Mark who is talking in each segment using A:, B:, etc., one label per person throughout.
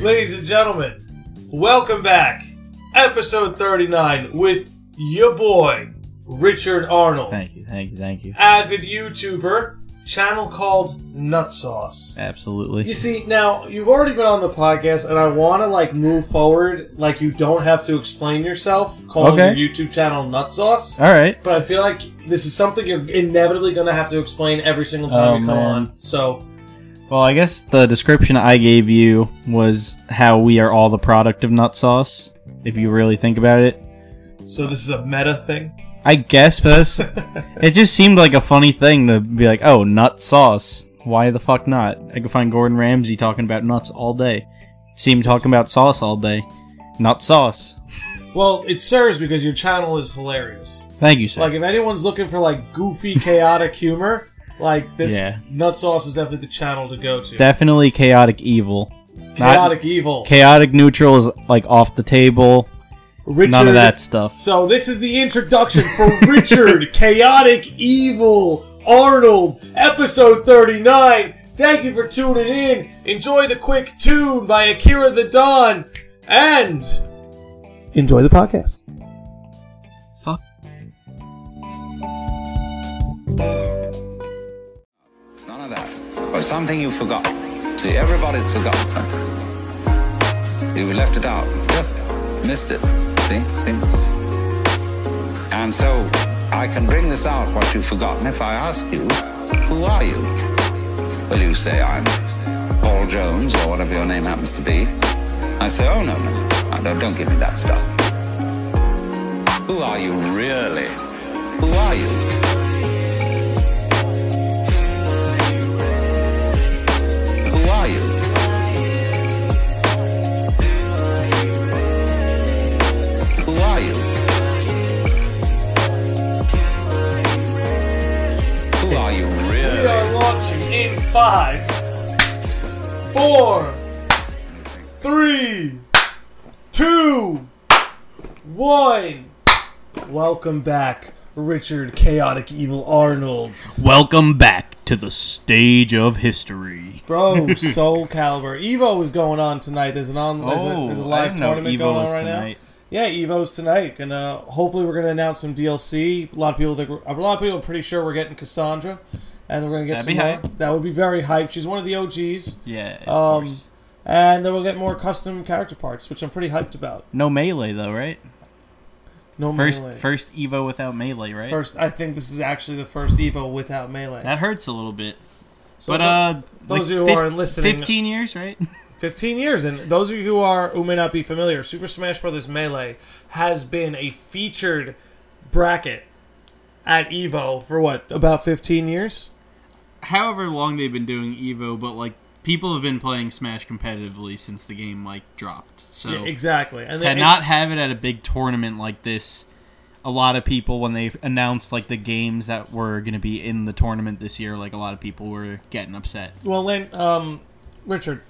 A: Ladies and gentlemen, welcome back. Episode 39 with your boy, Richard Arnold.
B: Thank you, thank you, thank you.
A: Avid YouTuber, channel called Nutsauce.
B: Absolutely.
A: You see, now you've already been on the podcast, and I want to like move forward. Like you don't have to explain yourself. Calling
B: Okay.
A: your YouTube channel Nutsauce,
B: All right.
A: but I feel like this is something you're inevitably going to have to explain every single time
B: Oh,
A: you come
B: man.
A: on. So
B: Well, I guess the description I gave you was how we are all the product of nut sauce. If you really think about it,
A: So this is a meta thing.
B: I guess, but that's, it just seemed like a funny thing to be like, "Oh, nut sauce. Why the fuck not?" I could find Gordon Ramsay talking about nuts all day. See him talking about sauce all day. Nut sauce.
A: Well, it serves because your channel is hilarious.
B: Thank you, sir.
A: Like if anyone's looking for like goofy, chaotic humor, like this
B: Yeah.
A: Nutsauce is definitely the channel to go to.
B: Definitely chaotic evil.
A: chaotic evil.
B: Chaotic neutral is like off the table.
A: Richard
B: None of that stuff.
A: So this is the introduction for Richard Chaotic Evil Arnold, episode 39. Thank you for tuning in. Enjoy the quick tune by Akira the Don and enjoy the podcast.
B: Fuck.
C: It's none of that. But something you forgot. See, everybody's forgotten something. You left it out. Just missed it. See? See? And so I can bring this out, what you've forgotten, if I ask you, who are you? Will you say I'm Paul Jones or whatever your name happens to be? I say, oh no, no, no, don't, don't give me that stuff. Who are you really? Who are you? Who are you? Who are you? Who are you
A: We
C: really?
A: are launching in five, four, three, two, one. Welcome back, Richard Chaotic Evil Arnold.
B: Welcome back to the stage of history.
A: Bro, Soul Calibur. Evo is going on tonight. There's an on there's,
B: Oh,
A: a, there's a live tournament going on right now. Yeah, Evo's tonight. Gonna hopefully we're gonna announce some DLC. A lot of people think we're, a lot of people are pretty sure we're getting Cassandra, and we're gonna get
B: That'd be
A: some more.
B: hype.
A: That would be very hype. She's one of the OGs,
B: Yeah. Of
A: Um,
B: course.
A: and then we'll get more custom character parts, which I'm pretty hyped about.
B: No melee though, right?
A: No
B: First,
A: melee.
B: first Evo without melee, right?
A: First- I think this is actually the first Evo without melee.
B: That hurts a little bit.
A: so
B: But
A: for
B: uh,
A: those
B: like
A: of you who
B: fif-
A: aren't listening,
B: fifteen years, right?
A: 15 years and those of you who are who may not be familiar super smash bros melee has been a featured bracket at evo for what about 15 years
B: However long they've been doing Evo, but like people have been playing Smash competitively since the game like dropped. So
A: yeah, exactly and
B: to
A: then
B: not
A: it's-
B: have it at a big tournament like this a lot of people when they announced like the games that were going to be in the tournament this year like a lot of people were getting upset
A: well then um richard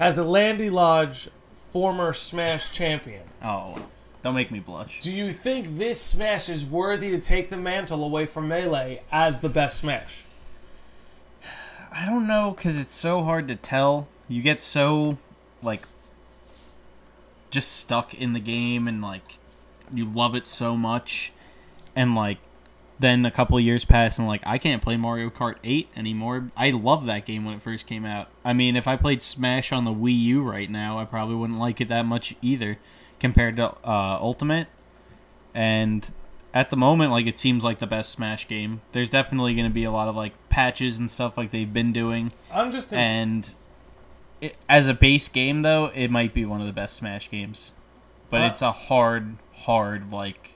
A: as a landy lodge former smash champion
B: oh don't make me blush
A: do you think this smash is worthy to take the mantle away from melee as the best smash
B: i don't know because it's so hard to tell you get so like just stuck in the game and like you love it so much and like then a couple of years pass and like I can't play Mario Kart 8 anymore. I love that game when it first came out. I mean, if I played Smash on the Wii U right now, I probably wouldn't like it that much either compared to uh, Ultimate. And at the moment, like it seems like the best Smash game. There's definitely going to be a lot of like patches and stuff like they've been doing.
A: i'm just in-
B: And it, as a base game though, it might be one of the best Smash games. But
A: Uh,
B: it's a hard, hard like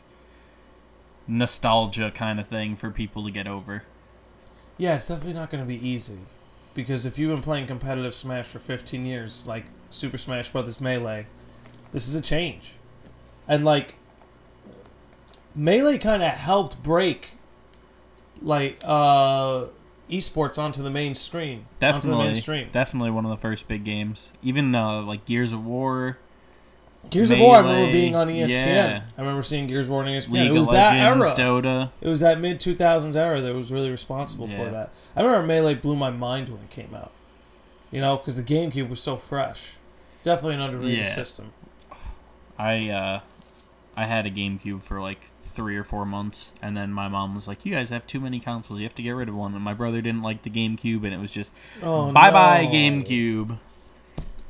B: nostalgia kind of thing for people to get over.
A: Yeah, it's definitely not going to be easy. Because if you've been playing competitive Smash for 15 years, like Super Smash Brothers Melee, this is a change. And, like, Melee kind of helped break, like, uh, esports onto the main screen. Onto the
B: Definitely,
A: mainstream.
B: definitely one of the first big games. Even uh, like Gears of War,
A: Gears of War, I remember
B: Melee,
A: being on E ESPN.
B: yeah.
A: I remember seeing Gears of War on E ESPN.
B: League
A: it was
B: of
A: that
B: Legends,
A: era.
B: Dota.
A: It was that mid 2000s era that was really responsible
B: Yeah.
A: for that. I remember Melee blew my mind when it came out. You know, because the GameCube was so fresh. Definitely an underrated
B: Yeah.
A: system.
B: I uh, I had a GameCube for like three or four months, and then my mom was like, "You guys have too many consoles. You have to get rid of one." And my brother didn't like the GameCube, and it was just
A: Oh,
B: bye bye
A: no.
B: GameCube.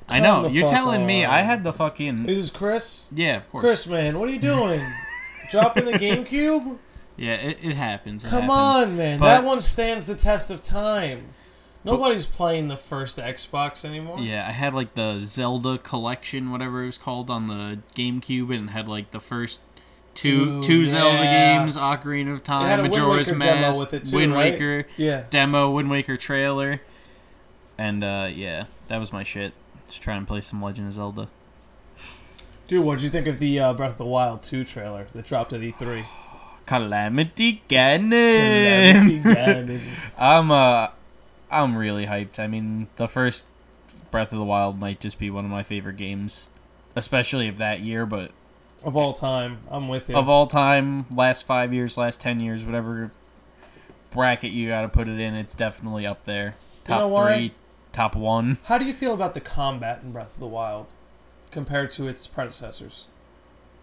B: I
A: Come
B: know
A: the
B: you're
A: fuck
B: telling me I
A: on.
B: had the fucking
A: This is Chris.
B: yeah, of course.
A: Chris, man, what are you doing? Dropping the GameCube?
B: Yeah, it, it happens. it
A: Come
B: happens.
A: on, man.
B: But-
A: that one stands the test of time. Nobody's playing the first Xbox anymore.
B: Yeah, I had like the Zelda collection, whatever it was called, on the GameCube, and it had like the first two
A: Dude,
B: two Zelda
A: yeah.
B: games, Ocarina of Time,
A: had a Wind
B: Majora's
A: Waker demo
B: Mask,
A: with it too,
B: Wind
A: right?
B: Waker
A: Yeah.
B: demo, Wind Waker trailer, and uh, yeah, that was my shit. To try and play some Legend of Zelda.
A: Dude, what did you think of the uh, Breath of the Wild 2 trailer that dropped at E E3?
B: Calamity Ganon. I'm uh, I'm really hyped. I mean, the first Breath of the Wild might just be one of my favorite games, especially of that year, but
A: of all time, I'm with you.
B: of all time, last five years, last ten years, whatever bracket you got to put it in, it's definitely up there.
A: You know
B: Top
A: why?
B: three, top one.
A: How do you feel about the combat in Breath of the Wild compared to its predecessors?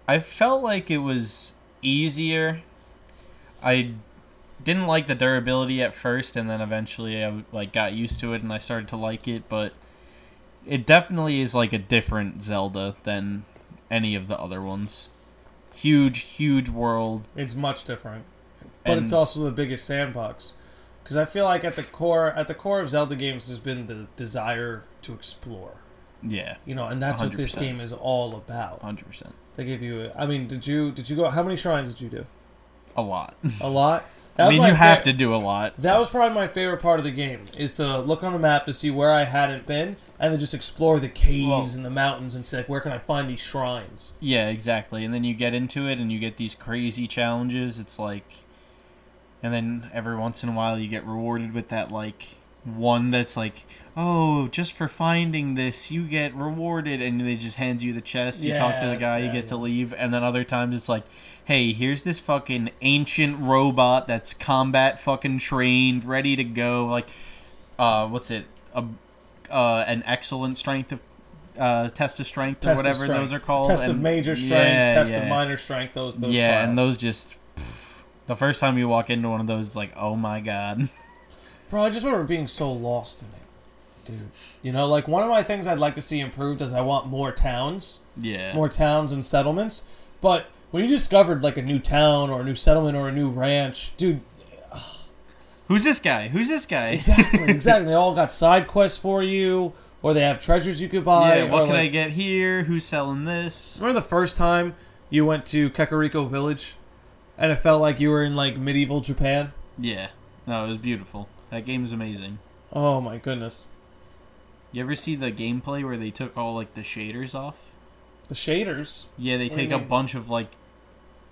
B: I felt like it was easier. I didn't like the durability at first, and then eventually I like got used to it, and I started to like it. But it definitely is like a different Zelda than any of the other ones. Huge, huge world.
A: It's much different, but
B: And-
A: it's also the biggest sandbox. Because I feel like at the core, at the core of Zelda games has been the desire to explore.
B: Yeah,
A: You know, and that's what this
B: 100%.
A: game is all about.
B: hundred percent.
A: They give you. A, I mean, did you did you go? How many shrines did you do?
B: A lot.
A: A lot. That
B: I
A: was
B: mean,
A: my
B: you have
A: fa-
B: to do a lot.
A: That was probably my favorite part of the game is to look on the map to see where I hadn't been, and then just explore the caves
B: Well-
A: and the mountains and see like where can I find these shrines.
B: Yeah, exactly. And then you get into it and you get these crazy challenges. It's like and then every once in a while you get rewarded with that like one that's like, "Oh, just for finding this, you get rewarded." And they just hands you the chest. You talk to
A: Yeah,
B: the guy,
A: yeah,
B: you get to
A: yeah.
B: leave. And then other times it's like, "Hey, here's this fucking ancient robot that's combat fucking trained, ready to go." Like uh what's it? A uh, an excellent strength of uh, test of strength or
A: Test of
B: whatever those
A: strength.
B: are called.
A: Test of
B: and-
A: major strength,
B: Yeah,
A: test
B: yeah.
A: of minor strength. Those, those
B: yeah,
A: trials.
B: and those just pff, the first time you walk into one of those, it's like oh my god,
A: Bro, I just remember being so lost in it, dude. You know, like one of my things I'd like to see improved is I want more towns,
B: yeah,
A: more towns and settlements. But when you discovered like a new town or a new settlement or a new ranch, dude,
B: Who's this guy? Who's this guy?
A: exactly, exactly. They all got side quests for you, or they have treasures you could buy.
B: Yeah, what
A: or,
B: can I
A: like-
B: get here? Who's selling this?
A: Remember the first time you went to Kekuriko Village, and it felt like you were in like medieval Japan.
B: Yeah, no, it was beautiful. That game's amazing.
A: Oh my goodness,
B: You ever see the gameplay where they took all like the shaders off?
A: the shaders.
B: Yeah, they
A: do you
B: take a
A: mean?
B: bunch of like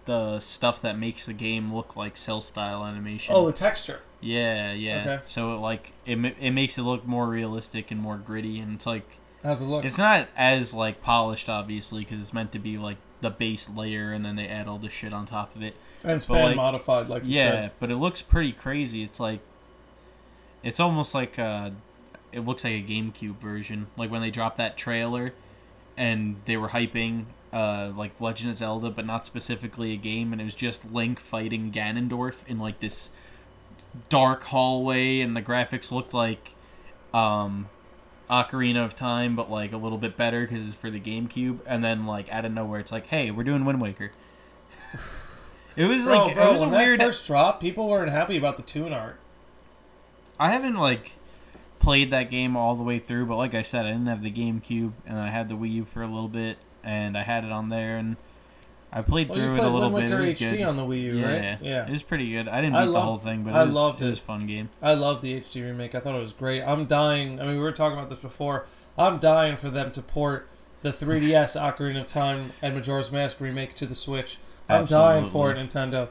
B: the stuff that makes the game look like cell style animation.
A: Oh, the texture.
B: Yeah, yeah.
A: Okay.
B: So it like it, ma- it makes it look more realistic and more gritty, and it's like
A: How's it look?
B: it's not as like polished, obviously, because it's meant to be like the base layer, and then they add all the shit on top of it.
A: and it's
B: but,
A: fan
B: like-
A: modified, like you
B: yeah,
A: said.
B: but it looks pretty crazy. It's like it's almost like uh, it looks like a GameCube version, like when they dropped that trailer, and they were hyping. Uh, like Legend of Zelda, but not specifically a game, and it was just Link fighting Ganondorf in like this dark hallway and the graphics looked like um Ocarina of Time but like a little bit better cuz it's for the GameCube and then like out of nowhere it's like hey we're doing Wind Waker. it was
A: Bro,
B: like
A: bro,
B: it was a
A: when that
B: weird
A: first drop, people weren't happy about the tune art.
B: I haven't like played that game all the way through but like I said I didn't have the GameCube and I had the Wii U for a little bit and I had it on there and I played
A: Well, you
B: through
A: played
B: it a little
A: Wind
B: bit
A: Waker
B: it was
A: HD
B: good.
A: on the Wii U,
B: yeah,
A: right? Yeah.
B: It was pretty good. I didn't beat
A: I
B: the
A: loved-
B: whole thing but
A: I
B: it was,
A: loved
B: it was
A: it.
B: a fun game.
A: I love the HD remake. I thought it was great. I'm dying. I mean, we were talking about this before. I'm dying for them to port the 3DS Ocarina of Time and Majora's Mask remake to the Switch. I'm dying for it, Nintendo.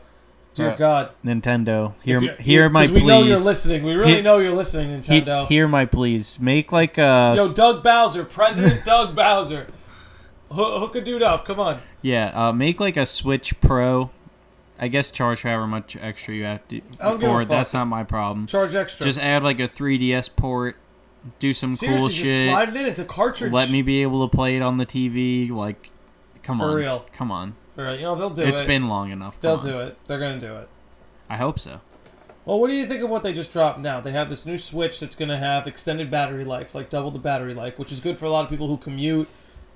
A: Dear
B: Right.
A: God,
B: Nintendo, hear
A: If
B: m-
A: you-
B: hear my
A: 'cause
B: pleas.
A: We know you're listening. We really
B: He-
A: know you're listening,
B: He-
A: Nintendo.
B: hear my pleas. Make like a
A: Yo, Doug Bowser, President Doug Bowser, Ho- hook a dude up. Come on.
B: yeah, uh, make like a Switch Pro. I guess charge however much extra you have to
A: I don't give a
B: for it.
A: fuck.
B: That's not my problem.
A: Charge extra.
B: Just add like a 3DS port do some
A: Seriously,
B: cool
A: just
B: shit.
A: slide it in. It's a cartridge.
B: Let me be able to play it on the TV. Like, come
A: For
B: on,
A: real.
B: come on.
A: For real, You know they'll do
B: It's
A: it.
B: been long enough.
A: They'll
B: come on.
A: do it. They're gonna do it.
B: I hope so.
A: Well, what do you think of what they just dropped now? They have this new Switch that's going to have extended battery life, like double the battery life, which is good for a lot of people who commute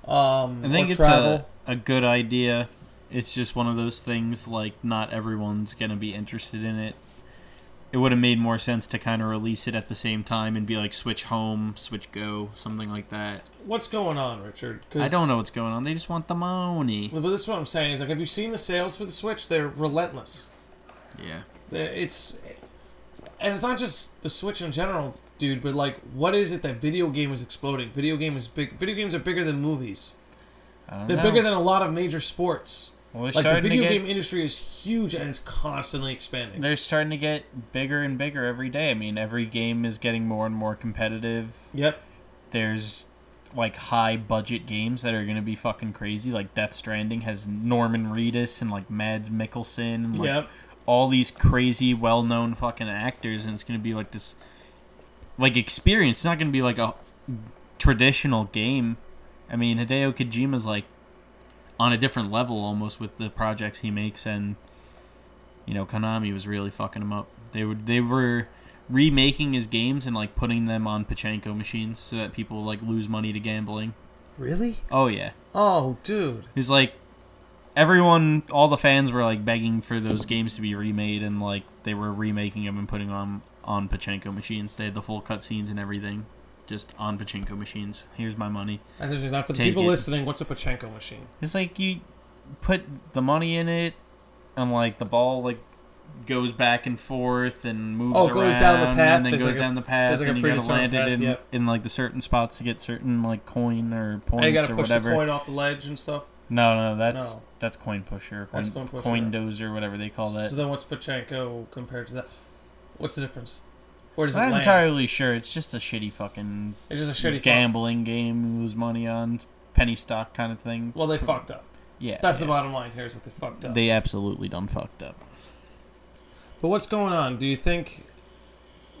A: um,
B: I think
A: or
B: it's
A: travel.
B: a, a good idea. It's just one of those things like not everyone's gonna be interested in it. It would have made more sense to kind of release it at the same time and be like Switch Home, Switch Go, something like that.
A: What's going on, Richard? 'Cause-
B: I don't know what's going on. They just want the money.
A: But this is what I'm saying is like, have you seen the sales for the Switch? They're relentless.
B: Yeah.
A: They- It's and it's not just the Switch in general, dude. But like, what is it that video game is exploding? Video game is big. Video games are bigger than movies.
B: I don't
A: They're
B: know.
A: bigger than a lot of major sports.
B: Well, they're
A: Like the
B: starting to
A: video
B: get-
A: game industry is huge and it's constantly expanding.
B: They're starting to get bigger and bigger every day. I mean, every game is getting more and more competitive.
A: Yep.
B: There's like high budget games that are going to be fucking crazy. Like Death Stranding has Norman Reedus and like Mads Mikkelsen. And, like,
A: Yep.
B: all these crazy well-known fucking actors and it's going to be like this like experience it's not going to be like a traditional game i mean hideo kojima's like on a different level almost with the projects he makes and you know konami was really fucking him up they were they were remaking his games and like putting them on pachinko machines so that people like lose money to gambling
A: Really?
B: oh yeah
A: Oh, dude.
B: He's like, everyone, all the fans were like begging for those games to be remade, and like they were remaking them and putting on on pachinko machines. They had the full cutscenes and everything, just on pachinko machines. Here's my money.
A: That's interesting. Now, for the
B: Take
A: people
B: it.
A: listening, what's a pachinko machine?
B: It's like you put the money in it, and like the ball like goes back and forth and moves
A: Oh, it goes down the
B: around
A: path.
B: and then
A: There's
B: goes
A: like a-
B: down the path
A: there's like a
B: and you gotta
A: predetermined
B: land
A: path,
B: it in,
A: yep.
B: in like the certain spots to get certain like coin or
A: And you
B: points
A: gotta
B: or
A: push
B: whatever
A: the coin off the ledge and stuff.
B: No, no, that's
A: No.
B: that's coin pusher, or coin,
A: That's
B: coin,
A: coin pusher.
B: dozer, whatever they call that.
A: So then, what's pachinko compared to that? What's the difference? Where does
B: I'm
A: it
B: not
A: land?
B: entirely sure. It's just a shitty fucking
A: It's just a shitty fuck.
B: gambling game. You lose money on penny stock kind of thing.
A: Well, they fucked up.
B: yeah,
A: That's the
B: yeah.
A: bottom line here is that they fucked up.
B: They absolutely done fucked up.
A: but what's going on? Do you think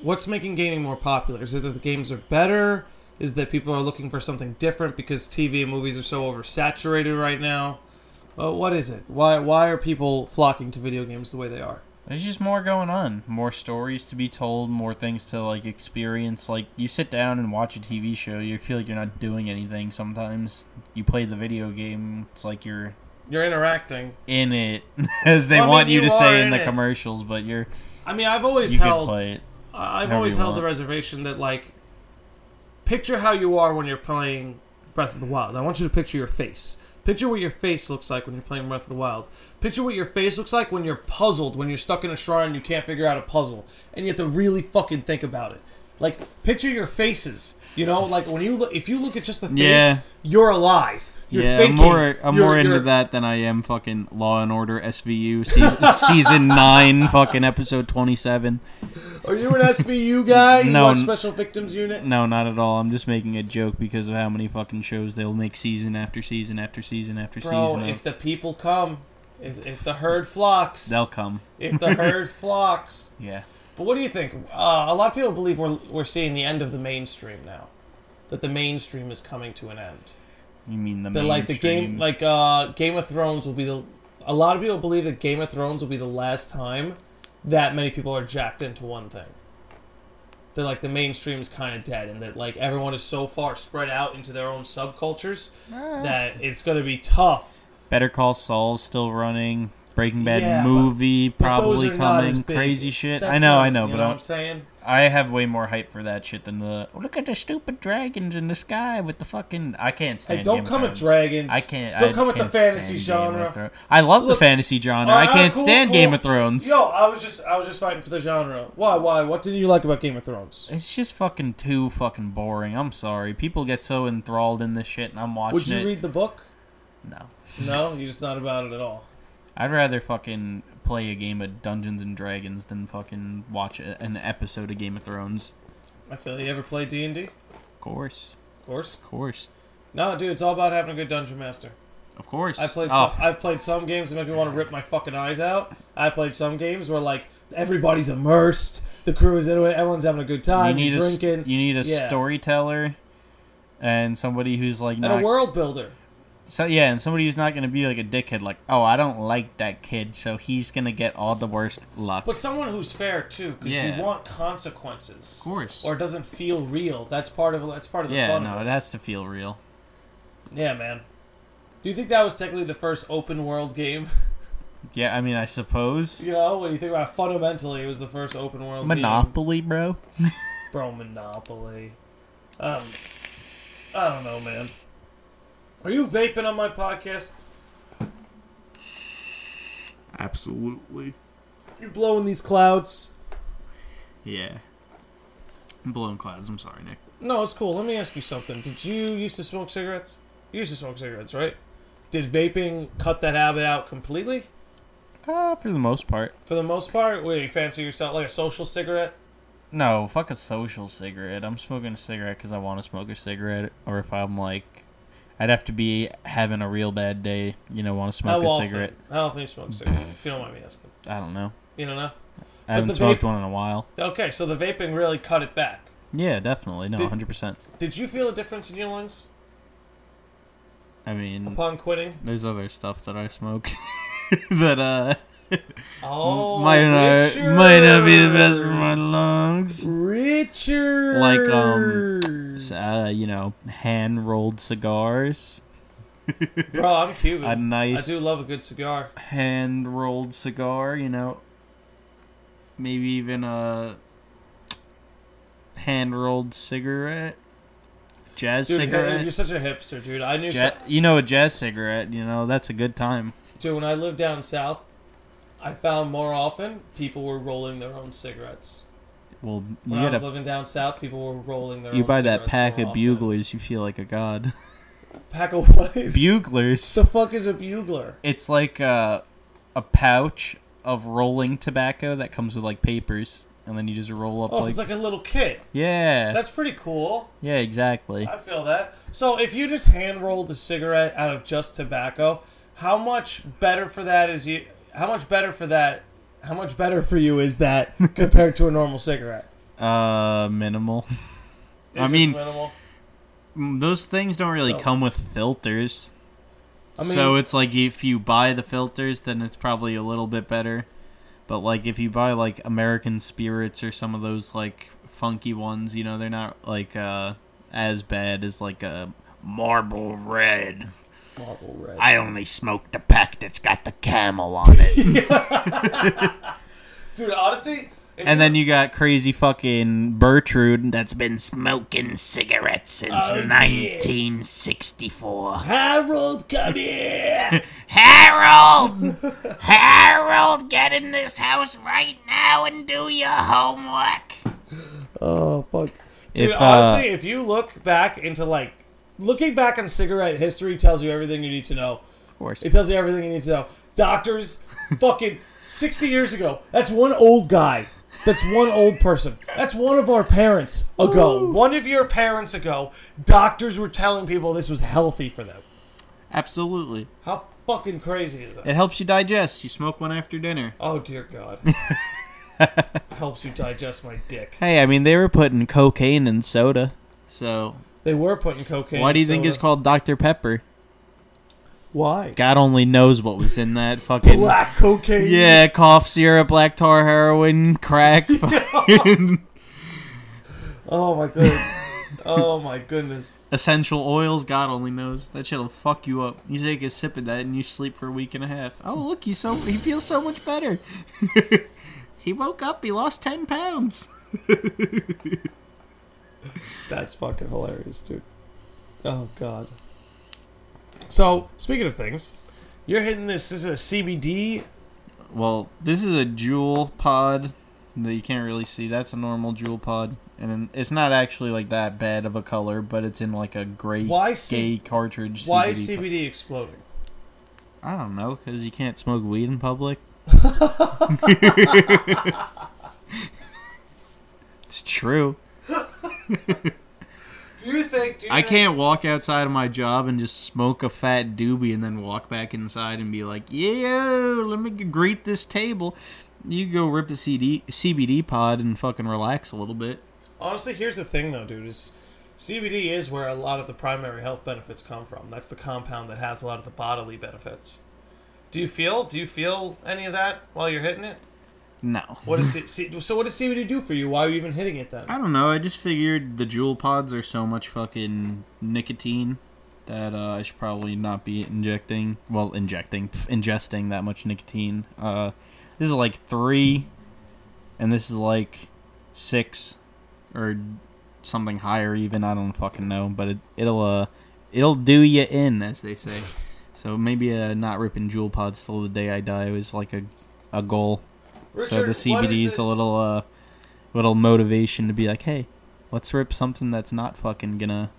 A: what's making gaming more popular? Is it that the games are better? Is that people are looking for something different because TV and movies are so oversaturated right now? Well, what is it? Why why are people flocking to video games the way they are?
B: There's just more going on. More stories to be told. More things to like experience. Like you sit down and watch a TV show, you feel like you're not doing anything. Sometimes you play the video game. It's like you're
A: You're interacting.
B: in it, as they
A: Well, I mean,
B: want you
A: you
B: to
A: are
B: say in
A: in
B: the
A: it.
B: commercials, but you're
A: I mean, I've always
B: you
A: held
B: could play it.
A: I- I've
B: however
A: always
B: you
A: held the
B: want.
A: reservation that like picture how you are when you're playing Breath of the Wild. I want you to picture your face. Picture what your face looks like when you're playing Breath of the Wild. Picture what your face looks like when you're puzzled, when you're stuck in a shrine and you can't figure out a puzzle, and you have to really fucking think about it. Like picture your faces. You know, like when you look, if you look at just the face,
B: Yeah.
A: you're alive. You're
B: yeah,
A: thinking.
B: I'm more I'm
A: You're-
B: more into
A: you're-
B: that than I am fucking Law and Order SVU season, season nine fucking episode twenty seven.
A: Are you an SVU guy? You
B: No,
A: watch
B: n-
A: Special Victims Unit.
B: No, not at all. I'm just making a joke because of how many fucking shows they'll make season after season after season after
A: Bro,
B: season.
A: if
B: of.
A: the people come, if, if the herd flocks,
B: They'll come.
A: if the herd flocks.
B: Yeah.
A: But what do you think? Uh, a lot of people believe we're we're seeing the end of the mainstream now, that the mainstream is coming to an end.
B: You mean the
A: That like the game,
B: mainstream-
A: like uh, Game of Thrones will be the. A lot of people believe that Game of Thrones will be the last time that many people are jacked into one thing. That like the mainstream is kind of dead, and that like everyone is so far spread out into their own subcultures that it's gonna be tough
B: Better Call Saul's still running. Breaking Bad
A: Yeah, but-
B: movie
A: But those
B: probably
A: are not as
B: coming.
A: big.
B: Crazy shit.
A: That's
B: I know,
A: not-
B: I know,
A: you
B: but
A: know what
B: I'm,
A: I'm saying.
B: I have way more hype for that shit than the "Oh, look at the stupid dragons in the sky with the fucking. I can't stand.
A: don't
B: Game of
A: come at
B: Thrones.
A: dragons.
B: I can't.
A: Don't
B: I
A: come at the
B: can't
A: fantasy
B: stand Game
A: genre.
B: of Thro- I love the
A: Look-
B: fantasy genre. I
A: Alright,
B: can't
A: cool,
B: stand
A: cool.
B: Game of Thrones.
A: Yo, I was just I was just fighting for the genre. Why? Why? What didn't you like about Game of Thrones?
B: It's just fucking too fucking boring. I'm sorry. People get so enthralled in this shit, and I'm watching
A: Would you
B: it.
A: read the book?
B: no,
A: No, you're just not about it at all.
B: I'd rather fucking play a game of Dungeons and Dragons than fucking watch a- an episode of Game of Thrones.
A: I feel you ever play D and D? Of
B: Of course,
A: course.
B: of course.
A: No, dude, it's all about having a good dungeon master.
B: Of course.
A: I played.
B: Oh,
A: Some, I've played some games that make me want to rip my fucking eyes out. I played some games where like everybody's immersed. The crew is into it. Everyone's having a good
B: you
A: time.
B: need a s-
A: drinking.
B: you need a
A: yeah.
B: storyteller, and somebody who's like
A: and
B: not
A: a world builder.
B: So yeah, and somebody who's not gonna be like a dickhead, like, oh, I don't like that kid, so he's gonna get all the worst luck.
A: But someone who's fair too, because
B: Yeah.
A: you want consequences, of
B: course.
A: or it doesn't feel real. That's part of that's part of the
B: yeah,
A: fun.
B: no,
A: of
B: it
A: it.
B: has to feel real.
A: Yeah, man. Do you think that was technically the first open world game?
B: Yeah, I mean, I suppose
A: you know, when you think about it, fundamentally, it was the first open world. game.
B: Monopoly, bro.
A: bro, Monopoly. Um, I don't know, man. Are you vaping on my podcast?
B: Absolutely.
A: You blowing these clouds?
B: Yeah. I'm blowing clouds. I'm sorry, Nick.
A: No, it's cool. Let me ask you something. Did you used to smoke cigarettes? You used to smoke cigarettes, right? Did vaping cut that habit out completely?
B: Uh, for the most part.
A: For the most part, what do you fancy yourself like a social cigarette?
B: No, fuck a social cigarette. I'm smoking a cigarette because I want to smoke a cigarette, or if I'm like, I'd have to be having a real bad day, you know, want to
A: How
B: smoke a
A: often?
B: cigarette.
A: How often you smoke cigarettes? if you don't mind me asking.
B: I don't know.
A: You don't know?
B: I haven't
A: the vape-
B: smoked one in a while.
A: Okay, so the vaping really cut it back.
B: Yeah, definitely. No,
A: Did-
B: 100%.
A: Did you feel a difference in your lungs
B: I mean,
A: upon quitting?
B: there's other stuff that I smoke that uh
A: Oh,
B: might not
A: Richard.
B: might not be the best for my lungs.
A: Richard.
B: Like, um, S- Uh, you know, hand rolled cigars,
A: bro, I'm Cuban.
B: a nice
A: I do love a good cigar.
B: hand rolled cigar. You know, maybe even a hand rolled cigarette, jazz
A: Dude,
B: cigarette.
A: you're such a hipster, dude. I knew,
B: Ja- you know, a jazz cigarette. You know, that's a good time.
A: so- dude. When I lived down south, I found more often people were rolling their own cigarettes.
B: Well, you
A: When I was
B: gotta.
A: living down south, people were rolling their.
B: You
A: own
B: buy that
A: cigarettes
B: pack
A: more
B: of
A: often.
B: buglers, you feel like a god.
A: Pack of what? What
B: buglers.
A: the fuck is a bugler?
B: It's like a, a pouch of rolling tobacco that comes with like papers, and then you just roll up
A: Oh, so
B: like,
A: it's like a little kid.
B: yeah,
A: That's pretty cool.
B: yeah, exactly.
A: I feel that. So if you just hand rolled a cigarette out of just tobacco, how much better for that is you? How much better for that? How much better for you is that compared to a normal cigarette?
B: Uh, minimal. I
A: It's just
B: mean-
A: minimal.
B: Mm, Those things don't really
A: Oh.
B: come with filters,
A: I mean,
B: so it's like if you buy the filters, then it's probably a little bit better. But like if you buy like American Spirits or some of those like funky ones, you know, they're not like uh as bad as like uh, a marble red.
A: marble red.
D: I only smoke the pack that's got the camel on it.
A: Dude, honestly, if you-
B: And then you got crazy fucking Bertrude. That's
D: that's been smoking cigarettes since
A: Oh, dear.
D: 1964.
A: Harold, come here.
D: Harold! Harold, get in this house right now and do your homework.
A: oh fuck. Dude,
B: If, uh,
A: honestly, if you look back into like looking back on cigarette history, tells you everything you need to know.
B: of course.
A: It tells you everything you need to know. Doctors, fucking 60 years ago. That's one old guy. That's one old person. That's one of our parents ago. One of your parents ago, doctors were telling people this was healthy for them.
B: Absolutely.
A: How fucking crazy is that?
B: It helps you digest. You smoke one after dinner.
A: Oh, dear God. Helps you digest my dick.
B: Hey, I mean, they were putting cocaine in soda. So,
A: They were putting cocaine.
B: why do you
A: in
B: think it's
A: soda.
B: called Dr. Pepper?
A: Why?
B: God only knows what was in that fucking.
A: Black cocaine.
B: Yeah, cough syrup, black tar, heroin, crack. fucking
A: Oh, my goodness. oh, my goodness.
B: essential oils, God only knows. That shit'll fuck you up. You take a sip of that and you sleep for a week and a half. Oh, look, he's so he feels so much better. he woke up, he lost 10 pounds.
A: That's fucking hilarious, dude. Oh god. So speaking of things, you're hitting this. This is a CBD.
B: Well, this is a jewel pod that you can't really see. That's a normal jewel pod, and then it's not actually like that bad of a color, but it's in like a gray
A: Why
B: gay
A: C-
B: cartridge.
A: Why is
B: CBD?
A: CBD exploding?
B: I don't know, because you can't smoke weed in public. it's true.
A: Do you think? Do you
B: I
A: think-
B: can't walk outside of my job and just smoke a fat doobie and then walk back inside and be like, "Yo, let me g- greet this table." You go rip a CD, CBD pod and fucking relax a little bit.
A: Honestly, here's the thing though, dude. Is CBD is where a lot of the primary health benefits come from. That's the compound that has a lot of the bodily benefits. Do you feel? Do you feel any of that while you're hitting it?
B: No,
A: What is it? C- so what does CBD do for you? Why are you even hitting it then?
B: I don't know. I just figured the jewel pods are so much fucking nicotine that uh, I should probably not be injecting. Well, injecting, pff, ingesting that much nicotine. Uh, this is like three, and this is like six, or something higher even. I don't fucking know, but it, it'll uh, it'll do you in, as they say. So maybe uh, not ripping jewel pods till the day I die was like a a goal.
A: Richard,
B: so the
A: what
B: CBD
A: is
B: is a
A: this?
B: little uh, little motivation to be like, hey, let's rip something that's not fucking gonna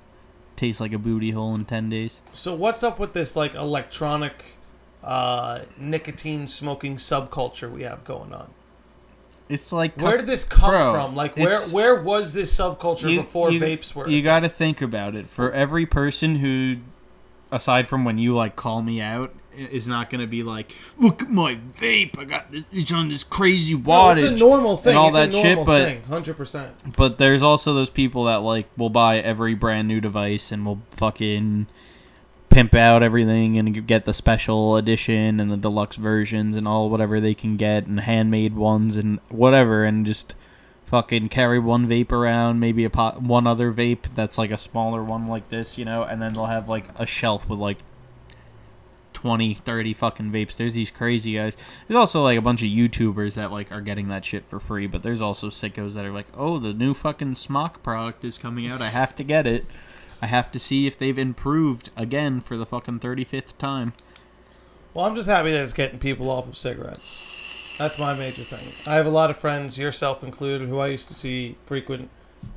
B: taste like a booty hole in ten days.
A: So what's up with this like electronic uh, nicotine smoking subculture we have going on?
B: It's like
A: Where
B: cus-
A: did this come
B: Bro,
A: from? Like where
B: it's-
A: where was this subculture before vapes were?
B: You got to think about it. For every person who, aside from when you like call me out, i- is not gonna be like, look at my vape. I got this, it's on this crazy
A: No,
B: wattage.
A: it's a normal thing.
B: and all
A: it's
B: that
A: a normal
B: shit, but-
A: thing, hundred percent.
B: But there's also those people that like will buy every brand new device and will fucking pimp out everything and get the special edition and the deluxe versions and all whatever they can get and handmade ones and whatever and just fucking carry one vape around, maybe a pot, one other vape that's like a smaller one like this, you know, and then they'll have like a shelf with like 20, 30 fucking vapes. There's these crazy guys. There's also like a bunch of YouTubers that like are getting that shit for free, but there's also sickos that are like, "Oh, the new fucking smock product is coming out. I have to get it. I have to see if they've improved again for the fucking 35th time."
A: Well, I'm just happy that it's getting people off of cigarettes. That's my major thing. I have a lot of friends, yourself included, who I used to see frequent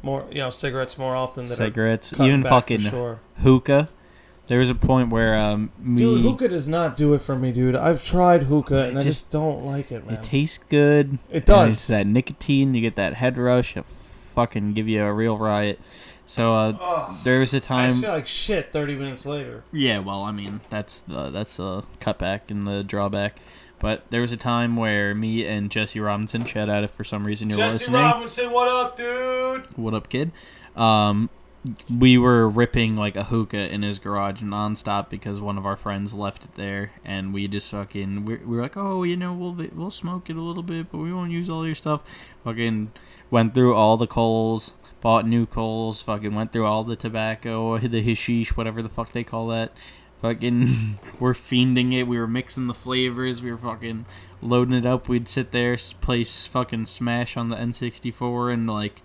A: more, you know, cigarettes more often than
B: Cigarettes,
A: cutting
B: even
A: back for
B: fucking
A: sure.
B: hookah. There was a point where um me
A: Dude, hookah does not do it for me, dude. I've tried hookah and I
B: just-
A: just don't like it, man.
B: it tastes good.
A: It
B: and
A: does.
B: It's that nicotine. You get that head rush. It fucking give you a real riot. So uh, there was a
A: Oh, I
B: time.
A: just feel like shit 30 minutes later.
B: Yeah, well, I mean, that's the that's the cutback and the drawback. But there was a time where me and Jesse Robinson, shout out if for some reason you're listening.
A: Robinson, what up, dude?
B: What up, kid? Um, we were ripping like a hookah in his garage nonstop because one of our friends left it there, and we just fucking we we were like, oh, you know, we'll vi- we'll smoke it a little bit, but we won't use all your stuff. Fucking went through all the coals, bought new coals, fucking went through all the tobacco, the hashish, whatever the fuck they call that. Fucking, we're fiending it. We were mixing the flavors. We were fucking loading it up. We'd sit there, s- play s- fucking Smash on the N64, and like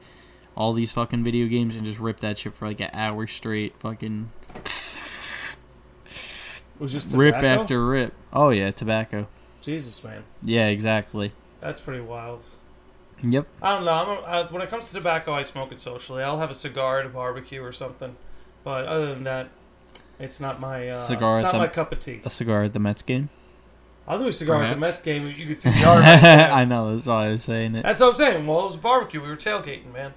B: all these fucking video games and just rip that shit for like an hour straight. Fucking
A: It was just
B: rip
A: tobacco?
B: after rip. Oh yeah, tobacco.
A: Jesus, man.
B: Yeah, exactly.
A: That's pretty wild.
B: Yep.
A: I don't know. I'm a, I, when it comes to tobacco, I smoke it socially. I'll have a cigar at a barbecue or something, but other than that, it's not my uh,
B: Cigar
A: It's
B: at
A: not
B: the-
A: my cup of tea.
B: A cigar at the Mets game.
A: I'll do a cigar at the
B: Perhaps.
A: Mets game. You could see the yard.
B: I know that's why I was saying it.
A: That's what I'm saying. Well, it was a barbecue. We were tailgating, man.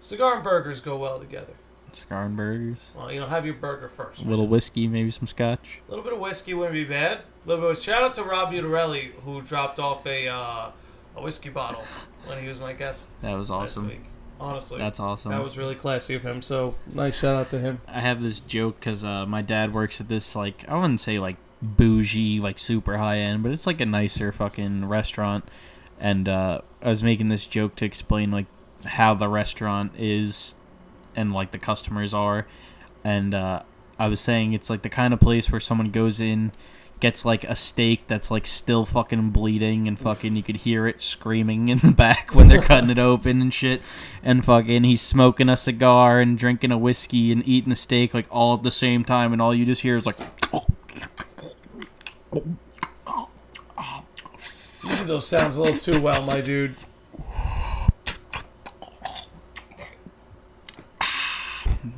A: Cigar and burgers go well together.
B: Cigar and burgers.
A: Well, you know, have your burger first.
B: A
A: man.
B: little whiskey, maybe some scotch.
A: A little bit of whiskey wouldn't be bad. A little bit of, shout out to Rob Utarelli who dropped off a uh, a whiskey bottle when he was my guest
B: That was
A: last
B: awesome.
A: week. Honestly,
B: That's awesome.
A: that was really classy of him. So nice shout out to him.
B: I have this joke because uh, my dad works at this like I wouldn't say like bougie like super high end, but it's like a nicer fucking restaurant. And uh, I was making this joke to explain like how the restaurant is and like the customers are, and uh, I was saying it's like the kind of place where someone goes in. Gets like a steak that's like still fucking bleeding and fucking you could hear it screaming in the back when they're cutting it open and shit and fucking he's smoking a cigar and drinking a whiskey and eating a steak like all at the same time and all you just hear is like
A: You do those sounds a little too well, my dude.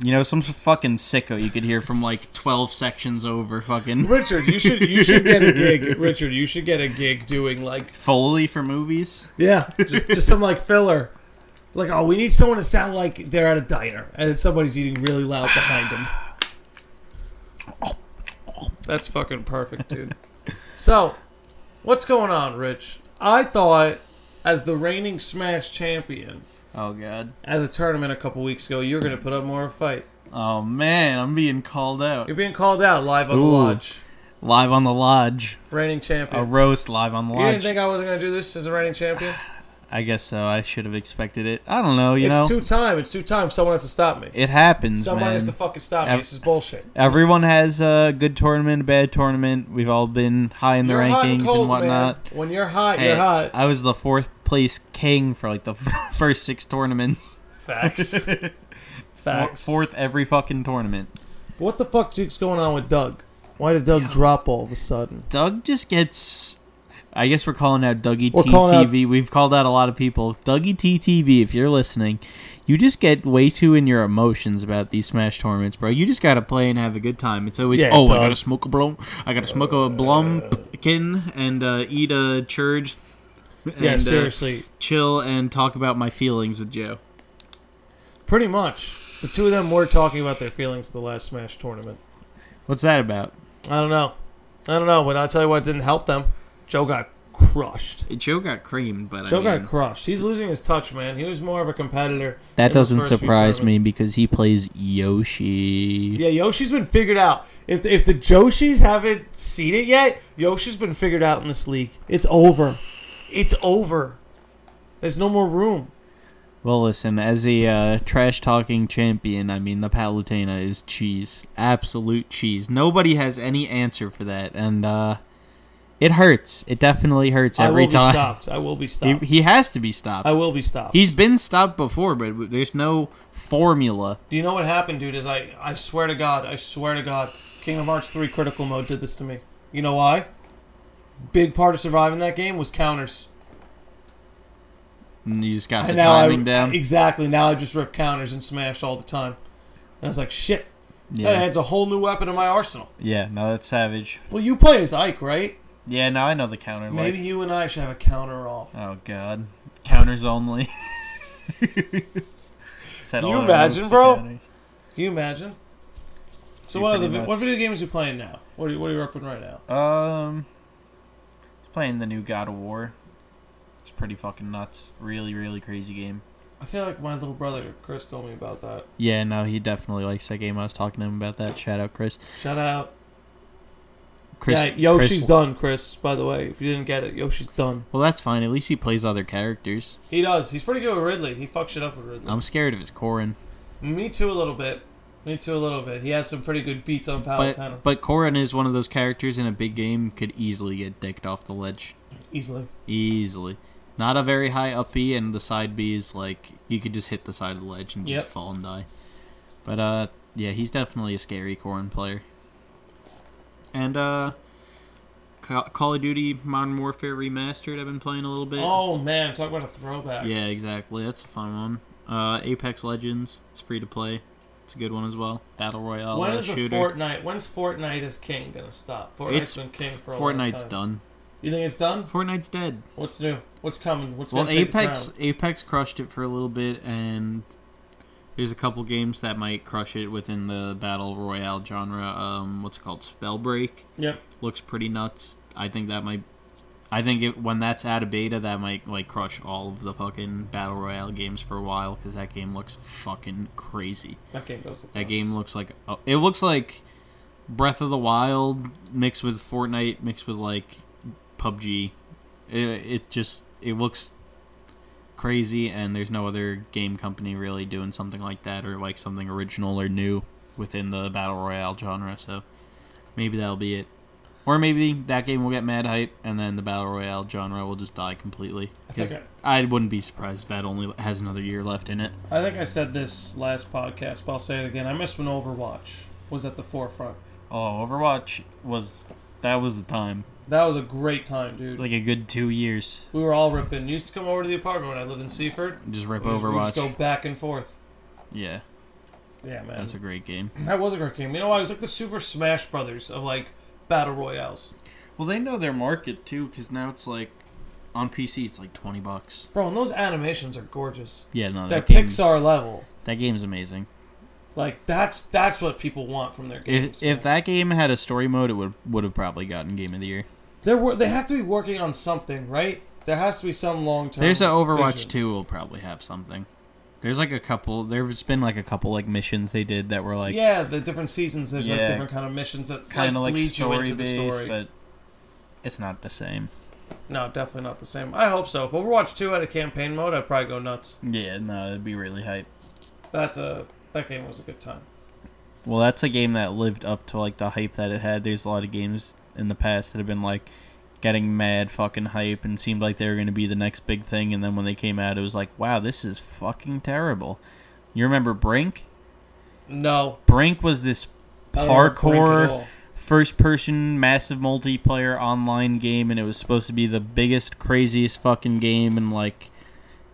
B: you know some fucking sicko you could hear from like 12 sections over fucking
A: Richard, you should you should get a gig. Richard, you should get a gig doing like
B: foley for movies
A: yeah, just, just some like filler. Like, oh, we need someone to sound like they're at a diner and somebody's eating really loud behind them. That's fucking perfect, dude. so, what's going on, Rich? I thought, as the reigning Smash champion
B: Oh god.
A: at a tournament a couple weeks ago, you're going to put up more of a fight.
B: Oh man, I'm being called out
A: You're being called out live on the
B: Ooh.
A: lodge.
B: live on the lodge.
A: Reigning
B: A
A: champion.
B: roast live on the
A: you didn't
B: lodge.
A: think I wasn't going to do this as a reigning champion?
B: I guess so. I should have expected it. I don't know. You
A: it's
B: know,
A: two time. It's two time. Someone has to stop me.
B: it happens,
A: Someone
B: man.
A: has to fucking stop me.
B: Ev-
A: This is bullshit.
B: Everyone has a good tournament, a bad tournament. We've all been high in the
A: You're
B: rankings
A: hot and cold,
B: whatnot.
A: man. When you're hot,
B: Hey,
A: you're hot.
B: I was the fourth place king for like the first six tournaments.
A: Facts. Facts.
B: Fourth every fucking tournament.
A: What the fuck is going on with Doug? Why did Doug drop all of a sudden?
B: Doug just gets. I guess we're calling out Dougie
A: We're calling out-
B: TTV. We've called out a lot of people. Dougie TTV, if you're listening, you just get way too in your emotions about these Smash tournaments, bro. You just gotta play and have a good time. It's always
A: Yeah,
B: oh, I
A: Doug.
B: gotta smoke a blum, I gotta smoke a blumpkin and uh, eat a church.
A: Yeah,
B: and, uh,
A: seriously.
B: chill and talk about my feelings with Joe.
A: Pretty much. The two of them were talking about their feelings at the last Smash tournament.
B: What's that about?
A: I don't know. I don't know, but I'll tell you what didn't help them. Joe got crushed.
B: Joe got creamed, but
A: Joe
B: I
A: got
B: mean,
A: crushed. He's losing his touch, man. He was more of a competitor.
B: that
A: in those
B: doesn't
A: first few
B: surprise me
A: tournaments.
B: because he plays Yoshi.
A: Yeah, Yoshi's been figured out. If if the Joshis haven't seen it yet, Yoshi's been figured out in this league. It's over. It's over. There's no more room.
B: Well, listen, as a uh, trash talking champion, I mean, the Palutena is cheese. Absolute cheese. Nobody has any answer for that, and uh, it hurts. It definitely hurts
A: I
B: every
A: will be
B: time.
A: stopped. I will be
B: He,
A: stopped.
B: he has to be stopped.
A: I will be stopped.
B: He's been stopped before, but there's no formula.
A: Do you know what happened, dude? Is I I swear to God, I swear to God, Kingdom Hearts three critical mode did this to me. You know why? Big part of surviving that game was counters.
B: And you just got the
A: And now I
B: timing down.
A: exactly now I just rip counters and smash all the time. And I was like, shit. That
B: yeah.
A: adds a whole new weapon to my arsenal.
B: yeah, no, that's savage.
A: Well, you play as Ike, right?
B: Yeah, now I know the counter.
A: Maybe
B: like-
A: you and I should have a counter off.
B: Oh god, counters only. Set
A: Can
B: all
A: you
B: our
A: imagine,
B: moves to
A: bro?
B: counters.
A: Can you imagine? So
B: Be
A: what are the
B: pretty
A: vi- what
B: nuts.
A: video games are you playing now? What are you, what are you up in right now?
B: Um, he's playing the new God of War. It's pretty fucking nuts. Really, really crazy game.
A: I feel like my little brother Chris told me about that.
B: Yeah, no, he definitely likes that game. I was talking to him about that. Shout out, Chris.
A: Shout out.
B: Chris.
A: yeah, Yoshi's
B: Chris-
A: done, Chris. By the way, if you didn't get it, Yoshi's done.
B: Well, that's fine. At least he plays other characters.
A: He does. He's pretty good with Ridley. He fucks shit up with Ridley.
B: I'm scared of his Corrin,
A: Me too, a little bit. Me too, a little bit. He had some pretty good beats on Palutena
B: but but Corrin is one of those characters in a big game could easily get dicked off the ledge.
A: easily.
B: Easily. Not a very high up B, and the side B is like you could just hit the side of the ledge and just
A: Yep.
B: fall and die. But uh, yeah, he's definitely a scary Corrin player. And uh, Ca- Call of Duty Modern Warfare Remastered, I've been playing a little bit.
A: Oh man, talk about a throwback.
B: Yeah, exactly. That's a fun one. Uh, Apex Legends, it's free to play. It's a good one as well. Battle Royale,
A: When
B: uh,
A: is the
B: shooter.
A: Fortnite? When's Fortnite is king gonna stop? Fortnite's
B: it's
A: been king for a long
B: Fortnite's
A: time.
B: done.
A: You think it's done?
B: Fortnite's dead.
A: What's new? What's coming? What's
B: Well,
A: gonna take
B: Apex
A: The
B: Apex crushed it for a little bit, and there's a couple games that might crush it within the battle royale genre. Um, what's it called Spellbreak
A: crown? Yep.
B: looks pretty nuts. I think that might. I think it, when that's out of beta, that might like crush all of the fucking battle royale games for a while because that game looks fucking crazy.
A: That game goes.
B: That game looks like oh, it looks like Breath of the Wild mixed with Fortnite mixed with like PUBG. It, it just it looks crazy, and there's no other game company really doing something like that or like something original or new within the battle royale genre. So maybe that'll be it. Or maybe that game will get mad hype, and then the battle royale genre will just die completely.
A: think
B: 'Cause I wouldn't be surprised if that only has another year left in it.
A: I think I said this last podcast, but I'll say it again. I miss when Overwatch was at the forefront.
B: Oh, Overwatch was that was the time.
A: That was a great time, dude.
B: Like a good two years.
A: we were all ripping. You used to come over to the apartment when I lived in Seaford.
B: Just rip
A: We just- we
B: Overwatch.
A: just go back and forth.
B: Yeah,
A: Yeah, man.
B: that's a great game.
A: that was a great game. You know, I was like the Super Smash Brothers of like battle royales.
B: Well, they know their market too, because now it's like on PC it's like twenty bucks.
A: Bro, and those animations are gorgeous.
B: Yeah, no,
A: They're
B: that game's,
A: Pixar level.
B: That game's amazing.
A: Like that's that's what people want from their games.
B: If if that game had a story mode, it would would have probably gotten Game of the Year.
A: They're wor- they have to be working on something, right? There has to be some long term.
B: There's an Overwatch 2 will probably have something. There's like a couple. There's been like a couple like missions they did that were like
A: yeah, the different seasons. There's like
B: Yeah.
A: different kind of missions that
B: kind of like,
A: lead
B: story
A: you into the
B: based,
A: story.
B: but it's not the same.
A: No, definitely not the same. I hope so. If Overwatch 2 had a campaign mode, I'd probably go nuts.
B: Yeah, no, it'd be really hype.
A: That's a that game was a good time.
B: Well, that's a game that lived up to like the hype that it had. There's a lot of games in the past that have been like getting mad fucking hype and seemed like they were going to be the next big thing and then when they came out it was like, "Wow, this is fucking terrible." You remember Brink?
A: No,
B: Brink was this
A: I don't remember Brink at
B: parkour
A: all.
B: first person massive multiplayer online game and it was supposed to be the biggest craziest fucking game in like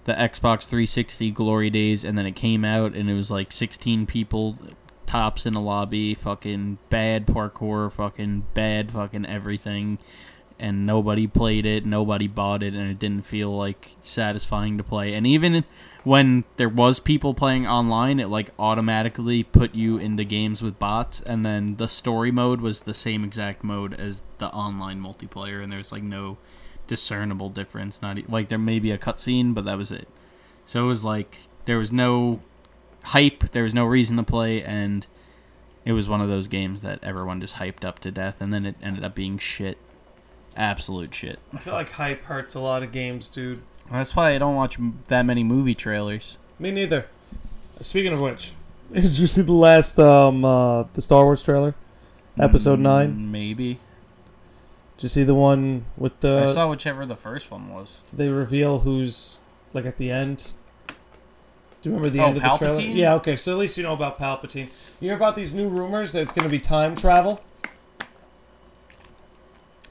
B: the Xbox 360 glory days and then it came out and it was like 16 people tops in a lobby fucking bad parkour fucking bad fucking everything and nobody played it nobody bought it and it didn't feel like satisfying to play and even when there was people playing online it like automatically put you into games with bots and then the story mode was the same exact mode as the online multiplayer and there's like no discernible difference not e- like there may be a cutscene but that was it so it was like there was no hype there was no reason to play and it was one of those games that everyone just hyped up to death and then it ended up being shit absolute shit
A: I feel like hype hurts a lot of games, dude.
B: that's why i don't watch m- that many movie trailers
A: Me neither. Speaking of which, did you see the last um uh, the Star Wars trailer, Episode Nine?
B: Mm, maybe
A: Did you see the one with
B: I
A: the?
B: saw whichever the first one was.
A: they reveal who's like at the end. Do you remember the
B: Oh,
A: end of the trailer?
B: Palpatine?
A: Yeah. Okay. So at least you know about Palpatine. You hear about these new rumors that it's going to be time travel.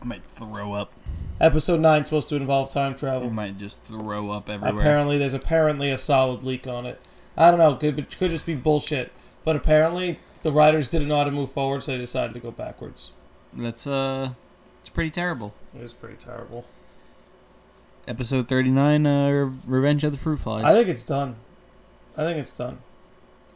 B: I might throw up.
A: Episode nine's supposed to involve time
B: I
A: travel.
B: might just throw up everywhere.
A: Apparently, there's apparently a solid leak on it. I don't know. Could could just be bullshit. But apparently, the writers didn't know how to move forward, so they decided to go backwards.
B: That's uh, it's pretty terrible.
A: It was pretty terrible.
B: Episode thirty nine, uh, Re- Revenge of the Fruit Flies.
A: I think it's done. I think it's done.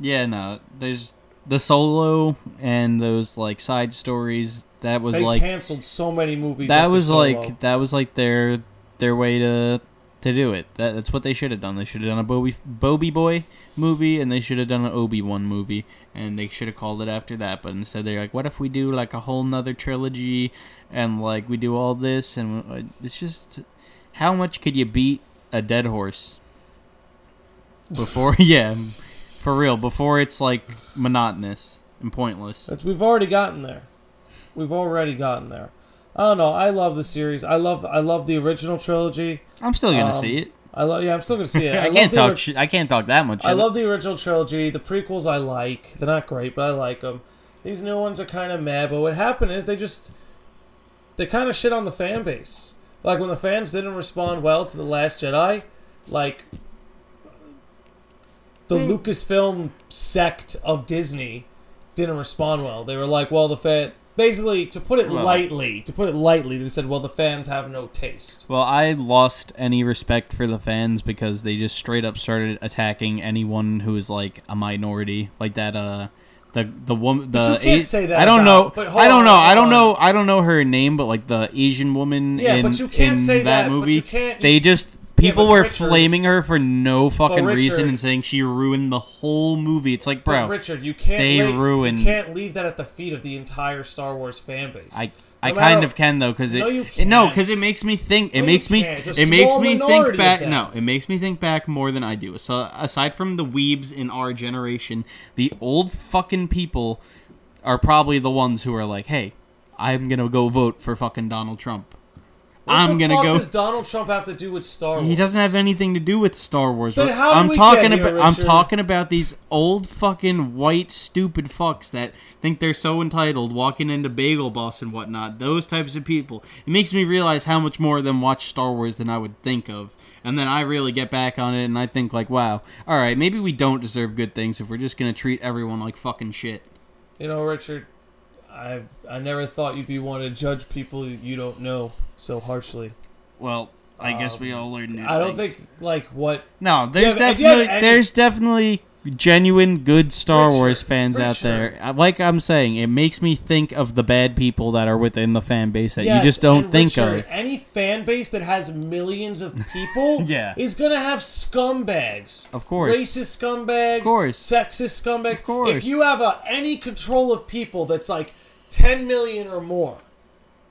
B: yeah, no, there's the solo and those like side stories. That was
A: They
B: like
A: canceled so many movies.
B: that
A: after
B: was
A: Solo.
B: like that was like their their way to to do it. That, that's what they should have done. They should have done a Bobby Bobby Boy movie, and they should have done an Obi Wan movie, and they should have called it after that. But instead, they're like, "What if we do like a whole nother trilogy, and like we do all this?" And uh, it's just how much could you beat a dead horse before? yeah, for real. Before it's like monotonous and pointless.
A: That's, we've already gotten there. We've already gotten there. I don't know. I love the series. I love I love the original trilogy.
B: I'm still gonna
A: Um,
B: see it.
A: I love. Yeah, I'm still gonna see it.
B: I,
A: love
B: can't
A: the
B: talk.
A: ori-
B: shi- I can't talk that much.
A: I
B: shit.
A: love the original trilogy. The prequels I like. They're not great, but I like them. These new ones are kind of meh. But what happened is they just they kind of shit on the fan base. Like when the fans didn't respond well to the Last Jedi, like the Lucasfilm sect of Disney didn't respond well. They were like, "Well, the fan." Basically, to put it
B: Well-
A: lightly, to put it lightly, they said, "Well, the fans have no taste."
B: Well, I lost any respect for the fans because they just straight up started attacking anyone who is like a minority, like that. Uh, the the woman. The
A: you can't
B: A-
A: say that
B: I don't
A: about-
B: know.
A: but hold
B: I don't
A: on,
B: know. I
A: hold
B: don't
A: on.
B: know. I don't know her name, but like the Asian woman.
A: Yeah,
B: in,
A: but you can't
B: in
A: say that,
B: that
A: but you
B: movie.
A: can't-
B: They just people
A: but
B: were
A: Richard-
B: flaming her for no fucking reason
A: Richard-
B: and saying she ruined the whole movie. It's like, bro,
A: But Richard, you can't.
B: they
A: lay-
B: ruined-
A: You can't leave that at the feet of the entire Star Wars fan base.
B: I I
A: No matter-
B: kind of can though because it
A: No, you
B: it- no
A: can't.
B: because it makes me think it
A: No, you
B: makes me
A: can't. It's a
B: it makes
A: small
B: me
A: minority
B: think
A: of
B: back
A: that.
B: no it makes me think back more than I do so aside from the weebs in our generation the old fucking people are probably the ones who are like hey I'm gonna go vote for fucking Donald Trump
A: What
B: I'm
A: the
B: gonna
A: fuck
B: go
A: Does Donald Trump have to do with Star Wars?
B: he doesn't have anything to do with Star Wars.
A: Then how did
B: I'm
A: we
B: talking
A: get here,
B: about I'm
A: Richard?
B: talking about these old fucking white stupid fucks that think they're so entitled, walking into Bagel Boss and whatnot. Those types of people. It makes me realize how much more of them watch Star Wars than I would think of. And then I really get back on it, and I think like, wow, all right, maybe we don't deserve good things if we're just gonna treat everyone like fucking shit.
A: You know, Richard, I've I never thought you'd be one to judge people you don't know so harshly.
B: Well, I guess we all learn new
A: Um, I don't
B: things.
A: think like what
B: No,
A: you
B: there's
A: have- if you have
B: definitely
A: any-
B: there's definitely genuine good Star
A: For sure,
B: Wars fans
A: for
B: out
A: sure.
B: there. I- Like I'm saying, it makes me think of the bad people that are within the fan base that
A: Yes,
B: you just don't
A: and
B: think
A: Richard,
B: of.
A: Any fan base that has millions of people
B: Yeah.
A: is going to have scumbags.
B: Of course.
A: Racist scumbags. Of
B: course.
A: Sexist scumbags.
B: Of course.
A: If you have a, any control of people that's like 10 million or more,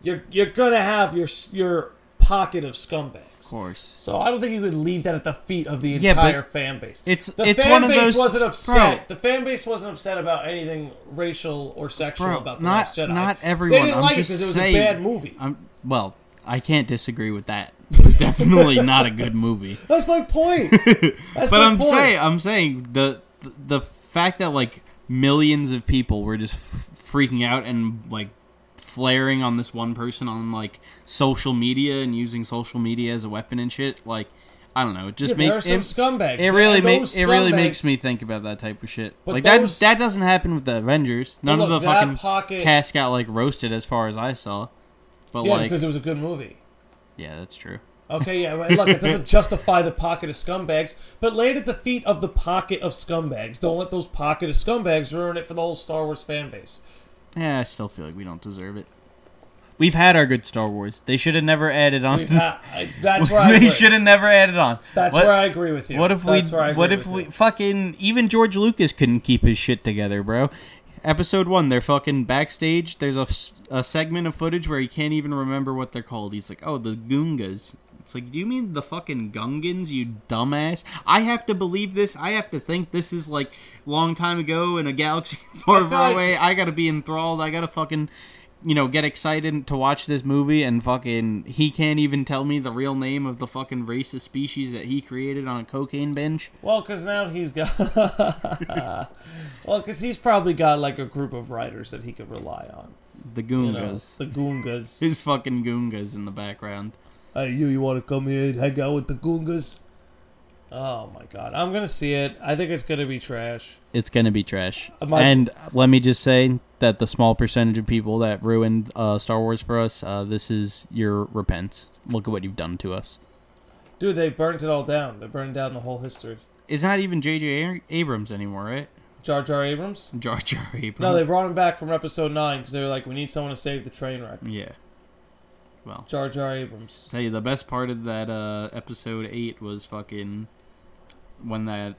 A: you're, you're going to have your, s- your pocket of scumbags.
B: Of course.
A: So I don't think you could leave that at the feet of the
B: Yeah, but
A: entire fan base.
B: it's-
A: the
B: it's
A: fan
B: one of
A: base
B: those-
A: wasn't upset.
B: Bro.
A: the fan base wasn't upset about anything racial or sexual
B: Bro,
A: about the
B: not
A: Last Jedi.
B: not everyone.
A: They didn't
B: I'm
A: like it
B: just
A: because it was
B: saying,
A: a bad movie.
B: I'm, well, I can't disagree with that. It was definitely not a good movie.
A: That's my point. That's
B: But
A: my
B: I'm
A: point.
B: saying I'm saying the the fact that like millions of people were just f- freaking out and like flaring on this one person on like social media and using social media as a weapon and shit like I don't know it just
A: Yeah, there are
B: makes
A: some scumbags.
B: it really
A: And
B: makes
A: those
B: it really
A: scumbags-
B: makes me think about that type of shit.
A: But
B: Like
A: those-
B: that that doesn't happen with the Avengers. None
A: look,
B: of the
A: that
B: fucking
A: pocket-
B: cast got like roasted as far as I saw. But
A: Yeah,
B: like
A: because it was a good movie.
B: yeah, that's true.
A: Okay, yeah. Right. Look, it doesn't justify the pocket of scumbags, but laid at the feet of the pocket of scumbags. Don't let those pocket of scumbags ruin it for the whole Star Wars fan base.
B: Yeah, I still feel like we don't deserve it. We've had our good Star Wars. They should have never added on.
A: We've
B: to-
A: had, I, that's where I
B: they
A: agree.
B: should have never added on.
A: That's
B: what,
A: where I agree with you.
B: What if we?
A: That's where I agree
B: What if
A: with
B: we?
A: you.
B: Fucking even George Lucas couldn't keep his shit together, bro. Episode one, they're fucking backstage. There's a, s- a segment of footage where he can't even remember what they're called. He's like, "Oh, the Goongas." It's like, do you mean the fucking Gungans, you dumbass? I have to believe this. I have to think this is like long time ago in a galaxy
A: I
B: far,
A: feel
B: far
A: like-
B: away. I gotta be enthralled. I gotta fucking, you know, get excited to watch this movie and fucking. He can't even tell me the real name of the fucking racist species that he created on a cocaine bench.
A: Well, because now he's got. well, because he's probably got like a group of writers that he could rely on.
B: The
A: You know,
B: Goongas.
A: the Goongas.
B: His fucking Goongas in the background.
A: Hey, you, you want to come here and hang out with the Goongas? Oh my god, I'm gonna see it. I think it's gonna be trash.
B: It's gonna be trash.
A: My-
B: and let me just say that the small percentage of people that ruined uh, Star Wars for us, uh, this is your repents. Look at what you've done to us.
A: Dude, they burnt it all down. They burned down the whole history.
B: It's not even J.J. Ar- Abrams anymore, right?
A: Jar Jar Abrams?
B: Jar Jar Abrams.
A: No, they brought him back from episode 9 because they were like, we need someone to save the train wreck.
B: Yeah. Well,
A: Jar Jar Abrams.
B: tell you the best part of that uh, episode eight was fucking when that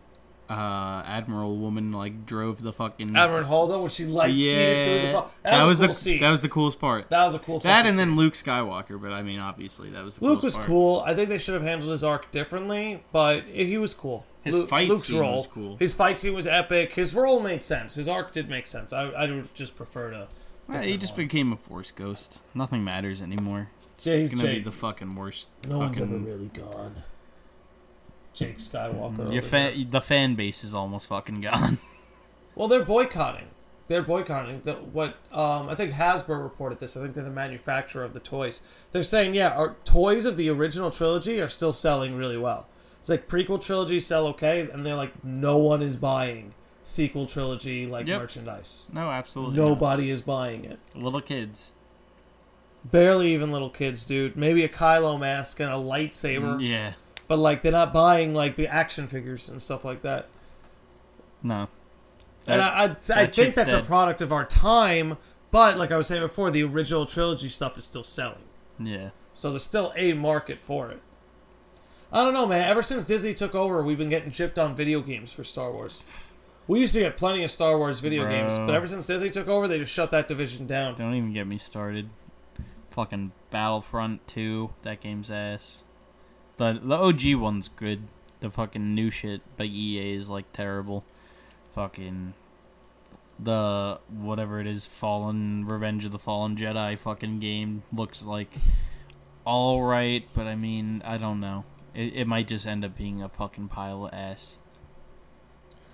B: uh, admiral woman like drove the fucking
A: Admiral Holdo when she light speeded through the.
B: yeah.
A: Fu- that, was, a cool
B: the
A: scene.
B: that was the coolest part.
A: That was a cool
B: That
A: fucking
B: and
A: scene.
B: then Luke Skywalker, but I mean, obviously that was the
A: Luke was
B: coolest part.
A: cool. I think they should have handled his arc differently, but he was cool.
B: His
A: Lu-
B: fight
A: Luke's
B: scene
A: role,
B: was cool.
A: His fight scene was epic. His role made sense. His arc did make sense. I, I would just prefer to.
B: Yeah, he just became a force ghost. Nothing matters anymore. It's
A: Yeah, he's
B: gonna be
A: Jake.
B: the fucking worst.
A: no one's ever
B: fucking-
A: really gone. Jake Skywalker. over
B: Your
A: there.
B: fan, the fan base is almost fucking gone.
A: Well, they're boycotting. They're boycotting the, what um, I think Hasbro reported this. I think they're the manufacturer of the toys. They're saying, yeah, our toys of the original trilogy are still selling really well. It's like prequel trilogy sell okay, and they're like, no one is buying sequel trilogy like
B: Yep.
A: merchandise.
B: No, absolutely. not.
A: Nobody is buying it.
B: Little kids.
A: Barely even little kids, dude. Maybe a Kylo mask and a lightsaber,
B: Mm, Yeah.
A: but like they're not buying like the action figures and stuff like that.
B: No.
A: And
B: That-
A: I, I, I
B: that
A: think
B: shit's
A: that's a
B: dead.
A: product of our time, but like I was saying before, the original trilogy stuff is still selling.
B: yeah.
A: So there's still a market for it. I don't know, man. Ever since Disney took over, we've been getting chipped on video games for Star Wars. We used to get plenty of Star Wars video
B: Bro.
A: games, but ever since Disney took over, they just shut that division down.
B: Don't even get me started. Fucking Battlefront 2, that game's ass. The the OG one's good. The fucking new shit by EA is like terrible. Fucking the whatever it is, Fallen Revenge of the Fallen Jedi fucking game looks like all right, but I mean, I don't know. It, it might just end up being a fucking pile of ass.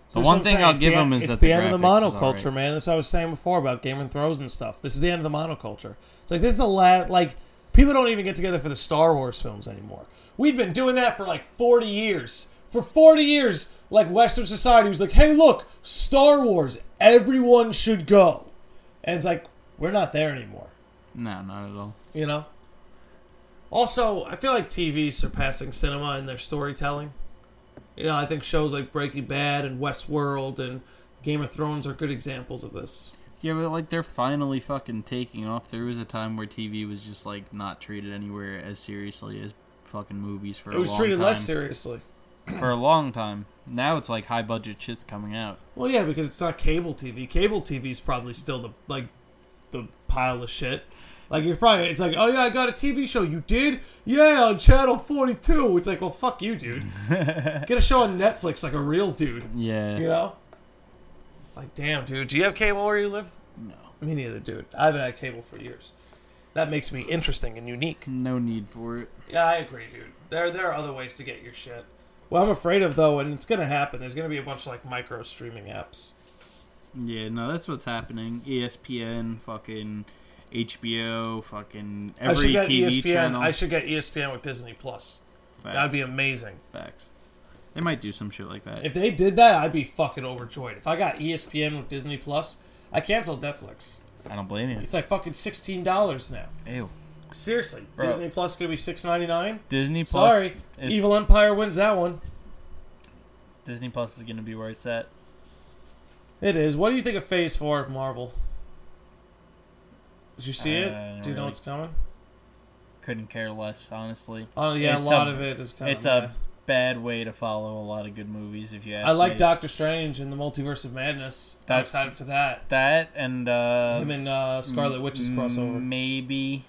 A: So that's
B: The one
A: what I'm
B: thing
A: saying.
B: I'll
A: It's
B: give
A: the,
B: 'em is
A: it's
B: that
A: the,
B: the
A: end of the
B: graphics is all
A: monoculture,
B: right.
A: man. That's what I was saying before about Game of Thrones and stuff. This is the end of the monoculture. It's like this is the last. Like people don't even get together for the Star Wars films anymore. We've been doing that for like forty years. For forty years, like Western society was like, "Hey, look, Star Wars. Everyone should go." And it's like we're not there anymore.
B: No, not at all.
A: You know. Also, I feel like TV's surpassing cinema in their storytelling. You know, I think shows like Breaking Bad and Westworld and Game of Thrones are good examples of this.
B: Yeah, but like they're finally fucking taking off. There was a time where TV was just like not treated anywhere as seriously as fucking movies for
A: It
B: a
A: was
B: long
A: treated
B: time.
A: less seriously.
B: for a long time. Now it's like high budget shit's coming out.
A: Well, yeah, because it's not cable TV. Cable TV's probably still the like the pile of shit. Like you're probably it's like, oh yeah, I got a TV show. You did? Yeah, on channel forty two. It's like, well, fuck you, dude. Get a show on Netflix like a real dude.
B: Yeah.
A: You know? Like, damn, dude. Do you have cable where you live?
B: No.
A: Me neither, dude. I haven't had cable for years. That makes me interesting and unique.
B: No need for it.
A: Yeah, I agree, dude. There, there are other ways to get your shit. What I'm afraid of, though, and it's gonna happen. There's gonna be a bunch of like micro streaming apps.
B: Yeah, no, that's what's happening. E ESPN, fucking HBO, fucking every
A: I should get E
B: TV
A: ESPN.
B: channel.
A: I should get E ESPN with Disney Plus. That'd be
B: Facts.
A: amazing.
B: Facts. They might do some shit like that.
A: If they did that, I'd be fucking overjoyed. If I got E ESPN with Disney Plus, I canceled Netflix.
B: I don't blame you.
A: It's like fucking sixteen dollars now.
B: Ew.
A: Seriously,
B: Bro.
A: Disney Plus gonna be six ninety nine.
B: Disney Plus.
A: Sorry,
B: Is,
A: Evil Empire wins that one.
B: Disney Plus is gonna be where it's at.
A: It is. What do you think of Phase Four of Marvel? Did you see
B: I don't
A: it? Do you know
B: Uh, really-
A: what's coming?
B: Couldn't care less, honestly.
A: Oh yeah,
B: It's
A: a lot
B: a-
A: of it is coming.
B: It's
A: yeah.
B: a bad way to follow a lot of good movies, if you ask
A: I like
B: me.
A: Doctor Strange and the Multiverse of Madness.
B: That's-
A: I'm excited for that.
B: that and uh,
A: Him and uh, Scarlet Witch's crossover.
B: mm. Maybe,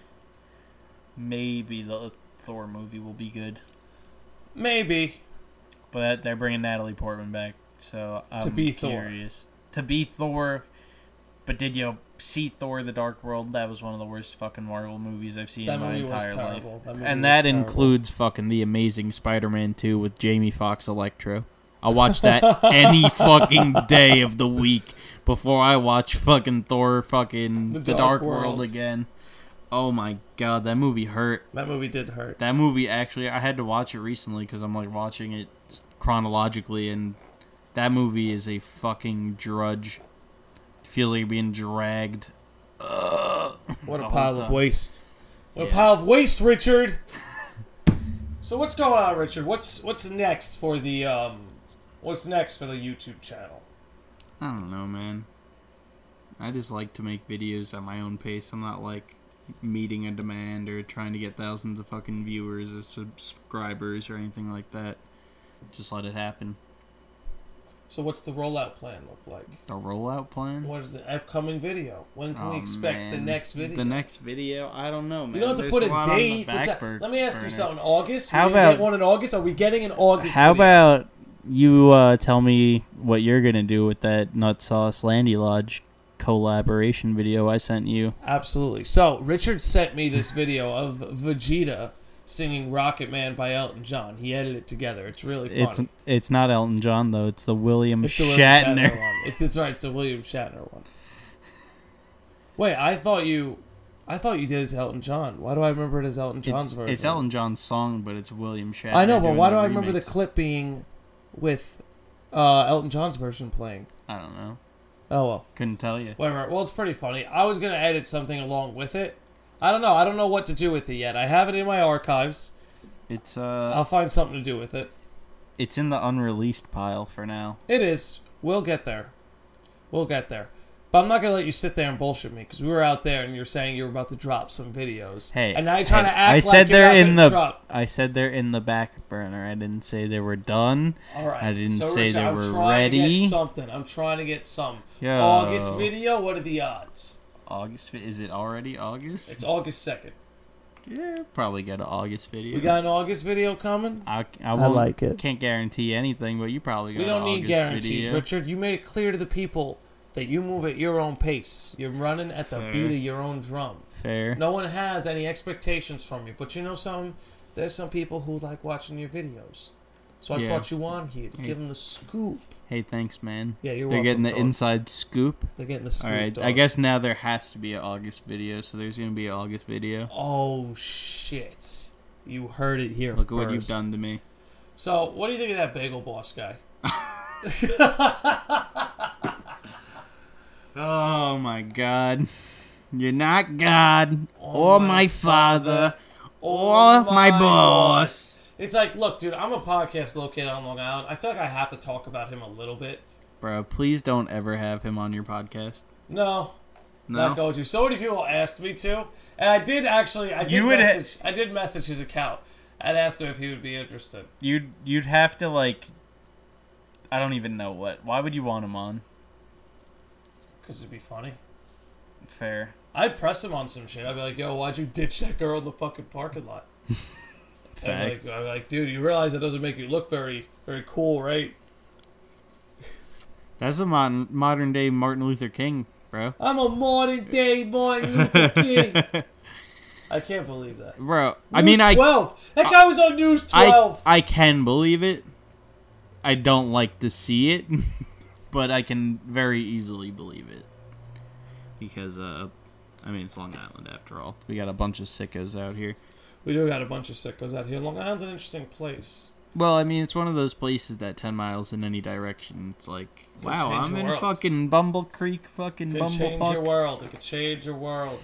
B: maybe the Thor movie will be good,
A: Maybe.
B: but that, they're bringing Natalie Portman back, so I'm
A: be Thor.
B: curious. To be Thor, but did you see Thor: The Dark World? That was one of the worst fucking Marvel movies I've seen
A: That
B: in my
A: movie was
B: entire life,
A: terrible. That movie
B: and
A: was
B: that
A: terrible.
B: includes fucking the Amazing Spider-Man 2 with Jamie Foxx Electro. I'll watch that any fucking day of the week before I watch fucking Thor fucking The, Dark, World again. Oh my god, that movie hurt.
A: That movie did hurt.
B: That movie actually, I had to watch it recently because I'm like watching it chronologically, and that movie is a fucking drudge. Feels like you're being dragged. Ugh.
A: What a
B: whole
A: pile of
B: time.
A: waste. What
B: Yeah.
A: a pile of waste, Richard. so what's going on, Richard? What's what's next for the um what's next for the YouTube channel?
B: I don't know, man. I just like to make videos at my own pace. I'm not like meeting a demand or trying to get thousands of fucking viewers or subscribers or anything like that. Just let it happen.
A: So what's the rollout plan look like?
B: The rollout plan.
A: What is the upcoming video? When can we
B: Oh,
A: expect the
B: man.
A: next video?
B: The next video, I don't know, man.
A: you don't have to
B: There's
A: put
B: a
A: a
B: lot on the
A: date.
B: back
A: It's a-
B: bur-
A: let me ask you
B: burner.
A: something. August?
B: How
A: We're gonna
B: about-
A: get one in August? Are we getting an August?
B: How
A: video?
B: about you uh, tell me what you're gonna do with that nut sauce Landy Lodge collaboration video I sent you?
A: Absolutely. So Richard sent me this video of Vegeta singing Rocket Man by Elton John. He edited it together. It's really fun.
B: It's it's not Elton John though. It's the William
A: It's the William
B: Shatner.
A: one. It's, it's right. It's the William Shatner one. Wait, I thought you, I thought you did it to Elton John. Why do I remember it as Elton John's
B: It's,
A: version?
B: it's Elton John's song, but it's William Shatner.
A: I know, but
B: doing
A: why do
B: the
A: I remember the
B: remix.
A: clip being with uh, Elton John's version playing?
B: I don't know.
A: Oh well.
B: Couldn't tell you.
A: Whatever. Well, it's pretty funny. I was gonna edit something along with it. I don't know. I don't know what to do with it yet. I have it in my archives.
B: It's
A: I'll
B: uh,
A: find something to do with it.
B: it's in the unreleased pile for now.
A: It is. We'll get there. We'll get there. But I'm not gonna let you sit there and bullshit me because we were out there and you're saying you were about to drop some videos.
B: Hey,
A: and now you're trying
B: hey,
A: to act
B: I
A: like
B: said
A: you're
B: they're
A: not
B: in
A: gonna
B: the.
A: drop.
B: I said they're in the back burner. I didn't say they were done.
A: All right.
B: I didn't
A: so,
B: say
A: Richard,
B: they
A: I'm
B: were
A: trying to get
B: ready.
A: something. I'm trying to get some.
B: Yo.
A: August video. What are the odds?
B: August vi- is it already August?
A: It's August second.
B: yeah, probably got an August video.
A: We got an August video coming.
B: I, I, won't-
A: like it.
B: Can't guarantee anything, but you probably got.
A: We
B: an
A: don't need
B: August
A: guarantees,
B: video.
A: Richard. You made it clear to the people that you move at your own pace. You're running at the
B: Fair.
A: beat of your own drum.
B: Fair.
A: No one has any expectations from you, but you know some. There's some people who like watching your videos, so I
B: Yeah.
A: brought you on here to
B: Hey.
A: give them the scoop.
B: Hey, thanks, man.
A: Yeah, you're
B: They're
A: welcome,
B: getting the
A: dog.
B: inside scoop.
A: They're getting the scoop.
B: All right, I
A: dog.
B: guess now there has to be an August video, so there's gonna be an August video.
A: Oh shit! You heard it here
B: Look at
A: first.
B: what you've done to me.
A: So, what do you think of that bagel boss guy?
B: Oh my God! You're not God
A: Oh
B: or
A: my
B: my Oh Father or Oh my boss.
A: Oh It's like, look, dude, I'm a podcast located on Long Island. I feel like I have to talk about him a little bit.
B: Bro, please don't ever have him on your podcast.
A: No,
B: No.
A: not going to. So many people asked me to, and I did actually. I did
B: You would ha-
A: message. I did message his account and asked him if he would be interested.
B: You'd you'd have to like I don't even know what. Why would you want him on?
A: Because it'd be funny.
B: Fair.
A: I'd press him on some shit. I'd be like, yo, why'd you ditch that girl in the fucking parking lot? And like,
B: Facts.
A: I'm like, dude, you realize that doesn't make you look very, very cool, right?
B: That's a modern modern day Martin Luther King, bro.
A: I'm a modern day Martin Luther King. I can't believe that.
B: Bro, I
A: News
B: mean I
A: 12. That guy was on News 12.
B: I I can believe it. I don't like to see it, but I can very easily believe it because uh, I mean it's Long Island after all. We got a bunch of sickos out here.
A: we do got a bunch of sickos out here. Long Island's an interesting place.
B: Well, I mean it's one of those places that ten miles in any direction. It's like wow,
A: change
B: I'm
A: your
B: in
A: world.
B: fucking Bumble Creek, fucking
A: It could change your
B: Bumblefuck.
A: world. It could change your world.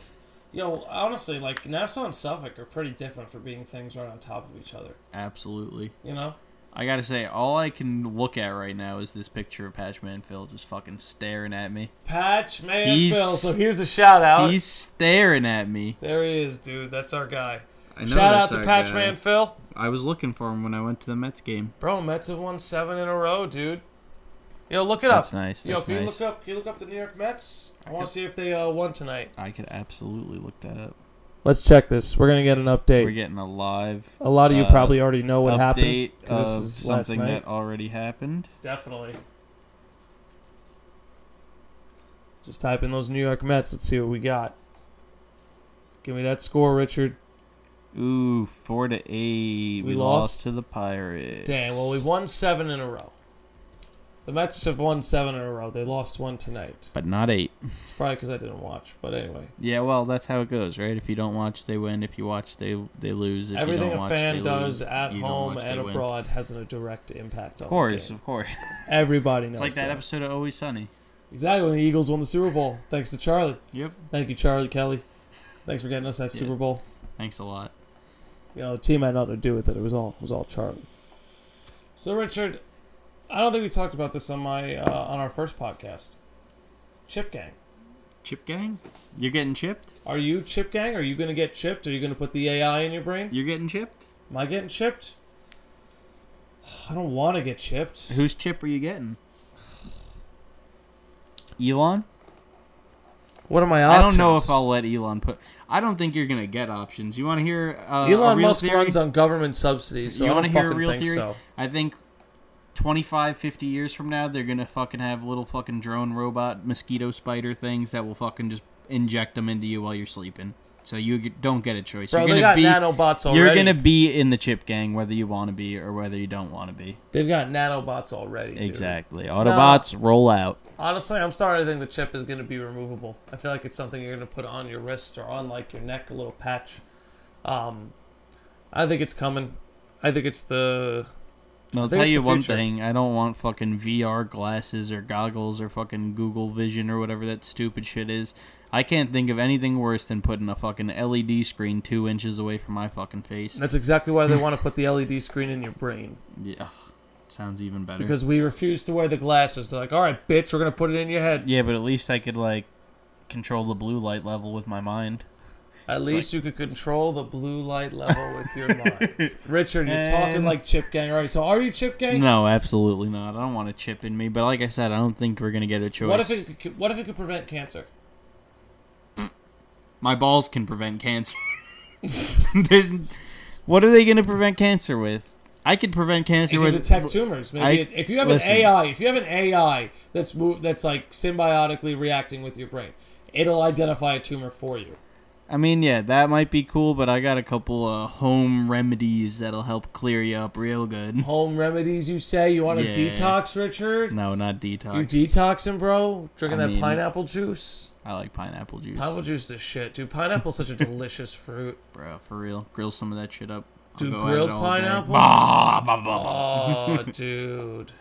A: Yo, honestly, like, Nassau and Suffolk are pretty different for being things right on top of each other.
B: Absolutely.
A: You know?
B: I gotta say, all I can look at right now is this picture of Patch Manfield just fucking staring at me.
A: Patch Man
B: He's-
A: Phil. So here's a shout out.
B: He's staring at me.
A: There he is, dude. That's our guy.
B: I know
A: Shout out
B: that's
A: to
B: our
A: Patch
B: guy.
A: Man Phil.
B: I was looking for him when I went to the Mets game.
A: Bro, Mets have won seven in a row, dude. Yo, look it
B: That's
A: up.
B: nice,
A: Yo,
B: that's
A: can you
B: nice.
A: look up? Can you look up the New York Mets? I want to see if they uh, won tonight.
B: I could absolutely look that up.
A: Let's check this. We're gonna get an update.
B: We're getting a live
A: a lot of you
B: uh,
A: probably already know what happened
B: update of
A: this is last
B: something
A: night.
B: that already happened.
A: Definitely. Just type in those New York Mets. Let's see what we got. Give me that score, Richard.
B: Ooh, four to eight. We,
A: lost.
B: lost to the Pirates.
A: Damn. Well, we won seven in a row. The Mets have won seven in a row. They lost one tonight.
B: but not eight.
A: It's probably because I didn't watch. But anyway,
B: Yeah, well, that's how it goes, right? If you don't watch, they win. If you watch, they they lose. If you
A: everything
B: don't
A: a
B: watch,
A: fan
B: they
A: does
B: lose.
A: at
B: You don't
A: home
B: watch,
A: and
B: they win.
A: abroad has a direct impact on
B: Of course,
A: the game.
B: of course.
A: Everybody knows
B: It's like that
A: that.
B: episode of Always Sunny.
A: Exactly when the Eagles won the Super Bowl, thanks to Charlie.
B: Yep.
A: Thank you, Charlie Kelly. Thanks for getting us that
B: Yeah.
A: Super Bowl.
B: Thanks a lot.
A: You know, the team had nothing to do with it. It was all it was all Charlie. So Richard, I don't think we talked about this on my uh, on our first podcast. Chip gang.
B: Chip gang, you're getting chipped.
A: Are you chip gang? Are you gonna get chipped? Are you gonna put the AI in your brain?
B: You're getting chipped.
A: Am I getting chipped? I don't want to get chipped.
B: Whose chip are you getting? Elon?
A: What are my
B: I
A: options?
B: don't know if I'll let Elon put. I don't think you're gonna get options. You want to hear? Uh, a
A: Elon
B: real
A: Musk
B: theory?
A: runs on government subsidies, so
B: you
A: I
B: want
A: don't
B: to
A: fucking
B: hear a real
A: think
B: theory?
A: so.
B: I think 25, 50 years from now, they're gonna fucking have little fucking drone robot mosquito spider things that will fucking just inject them into you while you're sleeping. So you g- don't get a choice.
A: Bro,
B: you're
A: they
B: gonna
A: got
B: be
A: nanobots already.
B: you're gonna be in the chip gang whether you want to be or whether you don't want to be.
A: They've got nanobots already. dude.
B: Exactly. Autobots roll out.
A: Honestly, I'm starting to think the chip is going to be removable. I feel like it's something you're going to put on your wrist or on like your neck, a little patch. Um, I think it's coming. I think it's the
B: No, I'll
A: think
B: tell
A: it's
B: you
A: the
B: one
A: future.
B: thing. I don't want fucking VR glasses or goggles or fucking Google Vision or whatever that stupid shit is. I can't think of anything worse than putting a fucking LED screen two inches away from my fucking face.
A: that's exactly why they want to put the LED screen in your brain
B: Yeah, ugh, sounds even better.
A: because we refuse to wear the glasses. They're like, all right, bitch, we're going to put it in your head.
B: yeah, but at least I could like control the blue light level with my mind.
A: At least you could control the blue light level with your mind. Richard, you're talking
B: And-
A: like chip gang, right? So are you chip gang?
B: No, absolutely not. I don't want a chip in me. But like I said, I don't think we're gonna get a choice.
A: What if it could, what if it could prevent cancer?
B: my balls can prevent cancer. There's, what are they going to prevent cancer with? I could prevent cancer
A: You can
B: with
A: detect tumors. Maybe
B: I-
A: it, if you have
B: listen.
A: an AI, if you have an AI that's mo- that's like symbiotically reacting with your brain, it'll identify a tumor for you.
B: I mean, yeah, that might be cool, but I got a couple uh, home remedies that'll help clear you up real good.
A: Home remedies, you say? You want to
B: Yeah.
A: detox, Richard?
B: No, not detox.
A: You detoxing, bro? Drinking
B: I
A: that
B: mean-
A: pineapple juice?
B: I like pineapple juice,
A: Pineapple juice is shit, dude. Pineapple's such a delicious fruit.
B: bro. For real, grill some of that shit up. I'll
A: Dude,
B: go at it
A: grilled
B: all day.
A: pineapple?
B: Bah, bah, bah, bah.
A: Oh, dude,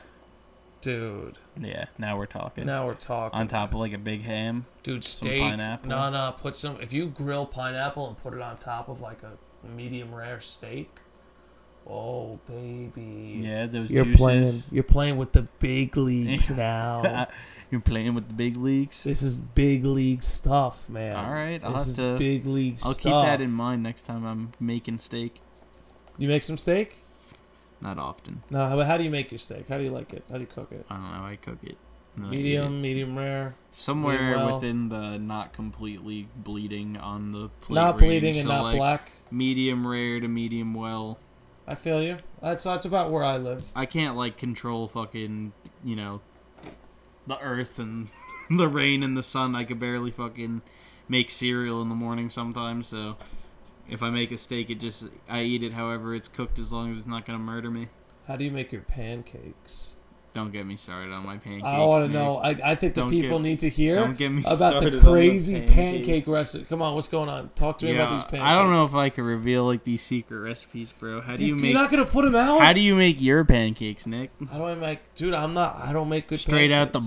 A: dude.
B: Yeah, now we're talking.
A: Now we're talking.
B: On top of like a big ham.
A: Dude, steak.
B: pineapple.
A: No, no. Put some. If you grill pineapple and put it on top of like a medium rare steak. Oh baby.
B: Yeah, those
A: You're playing
B: juices.
A: you're playing with the big leagues now.
B: You're playing with the big leagues.
A: This is big league stuff, man.
B: All right, I'll
A: this
B: have
A: is
B: to-
A: big league
B: I'll
A: stuff.
B: keep that in mind next time I'm making steak.
A: You make some steak?
B: Not often.
A: No, how, how do you make your steak? How do you like it? How do you cook it?
B: I don't know. I cook it. and then I Uh, eat it.
A: Medium, medium rare.
B: Somewhere
A: medium well.
B: within the not completely bleeding on the plate.
A: not
B: range,
A: bleeding and
B: so
A: not
B: like
A: black.
B: Medium rare to medium well.
A: I feel you. That's that's about where I live.
B: I can't like control fucking you know the earth and the rain and the sun. I could barely fucking make cereal in the morning sometimes. So if I make a steak, it just I eat it however it's cooked as long as it's not gonna murder me.
A: How do you make your pancakes?
B: Don't get me started on my pancakes.
A: I want to
B: Nick.
A: know. I, I think the
B: Don't
A: people
B: get-
A: need to hear
B: don't get me
A: about
B: started
A: the
B: on those
A: crazy pancake
B: pancakes.
A: recipe. Come on, what's going on? Talk to me about
B: Yeah,
A: these pancakes.
B: I don't know if I could reveal like these secret recipes, bro. How do you
A: are
B: make?
A: not gonna put them out.
B: How do you make your pancakes, Nick?
A: How do I make, dude? I'm not. I don't make good
B: Straight out the
A: pancakes.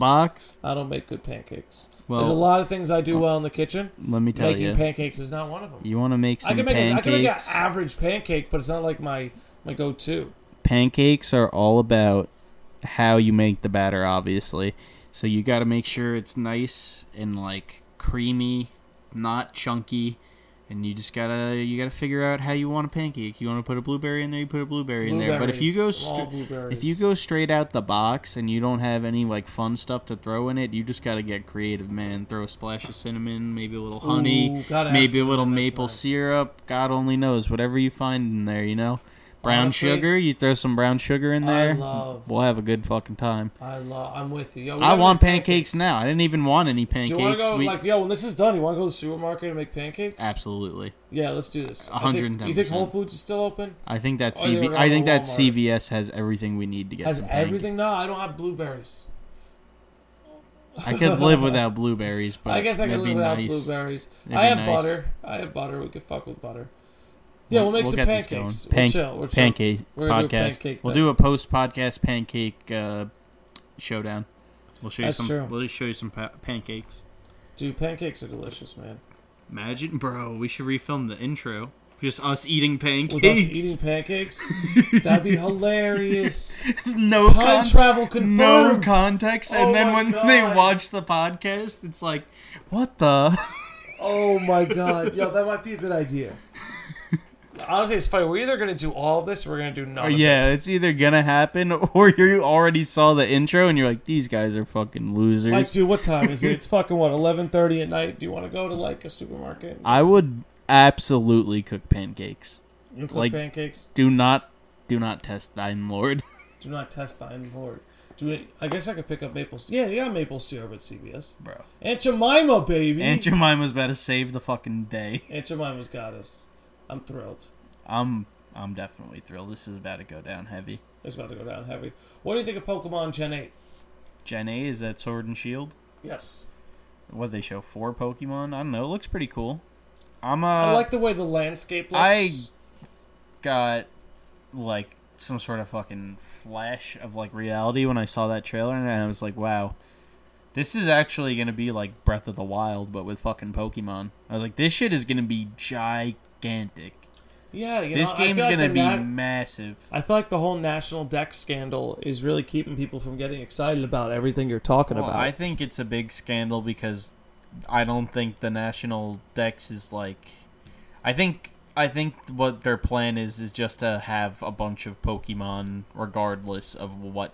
B: box.
A: I don't make good pancakes.
B: Well-
A: There's a lot of things I do well in the kitchen.
B: Let me tell
A: Making
B: you.
A: pancakes is not one of them.
B: you want to make some
A: I can make a, I
B: pancakes?
A: can make an average pancake, but it's not like my my go-to.
B: pancakes are all about how you make the batter obviously so you got to make sure it's nice and like creamy not chunky and you just gotta you gotta figure out how you want a pancake you want to put a blueberry in there you put a blueberry in there but if you go
A: Blueberries, small
B: str- if you
A: blueberries.
B: go straight out the box and you don't have any like fun stuff to throw in it you just gotta get creative man throw a splash of cinnamon maybe a little honey
A: Ooh, gotta have
B: maybe a little
A: cinnamon, that's
B: maple
A: nice.
B: syrup god only knows whatever you find in there you know brown
A: Honestly,
B: sugar you throw some brown sugar in
A: I
B: there.
A: love-
B: We'll have a good fucking time.
A: I love. I'm with you. Yo, we
B: I
A: gotta
B: want
A: make
B: pancakes, now. I didn't even want any pancakes.
A: Do you want to go
B: We-
A: like yo? When this is done, you want to go to the supermarket and make pancakes?
B: Absolutely.
A: Yeah, let's do this. I think-
B: 110%.
A: You think Whole Foods is still open?
B: I think that
A: Or even
B: CV- I think
A: around
B: that
A: Walmart.
B: CVS has everything we need to get.
A: Has
B: some pancakes.
A: everything? No, I don't have blueberries.
B: I could live without blueberries, but
A: I guess I can
B: that'd
A: live
B: be
A: without
B: nice.
A: blueberries.
B: That'd
A: I
B: be
A: have
B: nice.
A: butter. I have butter. We could fuck with butter. Yeah, we'll, make some
B: get this
A: pancakes.
B: going. Pan-
A: we'll chill. We're chill.
B: pancake
A: We're gonna
B: podcast.
A: do a pancake
B: we'll
A: thing.
B: do a post podcast pancake uh, showdown. We'll show you
A: That's
B: some.
A: true.
B: We'll show you some pa- pancakes.
A: Dude, pancakes are delicious, man.
B: Imagine, bro. We should refilm the intro. Just us eating pancakes.
A: With us eating pancakes, that'd be hilarious.
B: no
A: Time
B: con-
A: travel confirmed.
B: no context and
A: Oh
B: then
A: my
B: when they
A: God.
B: watch the podcast it's like what the
A: Oh my god, yo, that might be a good idea. Honestly, it's funny. We're either gonna do all of this, or we're gonna do none. Of
B: Uh, yeah
A: this.
B: it's either gonna happen or you already saw the intro and you're like these guys are fucking losers
A: Like, dude, what time is it? It's fucking what eleven thirty at night. Do you want to go to like a supermarket?
B: i would absolutely cook pancakes
A: You cook
B: like-
A: pancakes.
B: do not do not test thine lord
A: Do not test thine lord. Do it. I guess I could pick up maple. Yeah, yeah, maple syrup at CVS.
B: bro
A: Aunt Jemima, baby.
B: aunt jemima's about to save the fucking day
A: Aunt Jemima's got us. I'm thrilled.
B: i'm i'm definitely thrilled this is about to go down heavy
A: It's about to go down heavy. What do you think of Pokemon Gen Eight?
B: gen a is that sword and shield
A: Yes,
B: what they show four pokemon i don't know it looks pretty cool i'm uh
A: I like the way the landscape looks.
B: I- got like some sort of fucking flash of like reality when I saw that trailer and I was like, wow. This is actually gonna be like Breath of the Wild, but with fucking Pokemon. I was like, this shit is gonna be gigantic.
A: yeah, you
B: This
A: know, I
B: game's
A: feel like
B: gonna
A: the
B: be
A: na-
B: massive.
A: I feel like the whole national deck scandal is really keeping people from getting excited about everything you're talking
B: Well,
A: about.
B: I think it's a big scandal because I don't think the national dex is like. I think I think what their plan is is just to have a bunch of Pokemon, regardless of what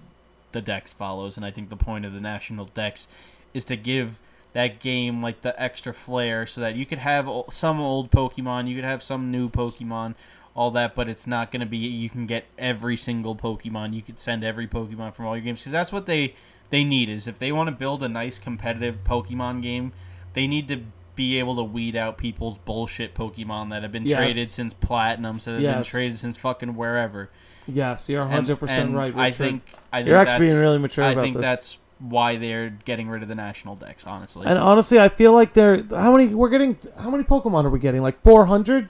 B: the dex follows, and I think the point of the national dex is to give that game like the extra flair, so that you could have o- some old Pokemon, you could have some new Pokemon. All that, but it's not going to be. You can get every single Pokemon. You could send every Pokemon from all your games because that's what they they need is if they want to build a nice competitive Pokemon game, they need to be able to weed out people's bullshit Pokemon that have been
A: Yes.
B: traded since platinum, so they've been
A: Yes.
B: traded since fucking wherever.
A: yes, you're
B: And-
A: 100 percent
B: and
A: right.
B: I
A: Richard.
B: think I think
A: You're actually being
B: that's-
A: really mature
B: I
A: about
B: think
A: this.
B: that's why they're getting rid of the national decks. Honestly,
A: And honestly, I feel like they're how many we're getting. How many Pokemon are we getting? Like 400.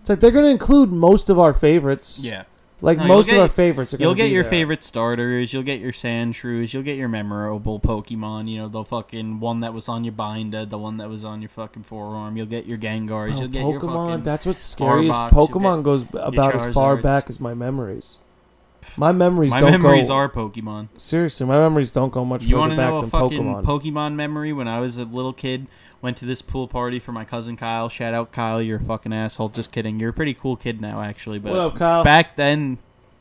A: It's like they're gonna include most of our favorites.
B: yeah,
A: Like
B: No, you'll
A: most of
B: get-
A: our favorites are.
B: You'll
A: gonna
B: get
A: be uh,
B: your
A: there.
B: favorite starters. You'll get your Sandshrews. You'll get your memorable Pokemon. You know the fucking one that was on your Binder, the one that was on your fucking forearm. You'll get your Gengars.
A: Oh,
B: you'll get your
A: Pokemon.
B: fucking.
A: that's what's scary is
B: Arbok, you'll
A: Pokemon
B: get
A: goes b- about as far
B: Charizards.
A: back as my memories. My memories
B: my
A: don't
B: memories
A: go
B: are Pokemon.
A: seriously. My memories don't go much
B: You want
A: further
B: to
A: back
B: know a
A: than
B: fucking
A: Pokemon.
B: Pokemon. memory? When I was a little kid, went to this pool party for my cousin Kyle. Shout out Kyle, you're a fucking asshole. Just kidding. You're a pretty cool kid now, actually. But
E: What up, Kyle?
B: Back then,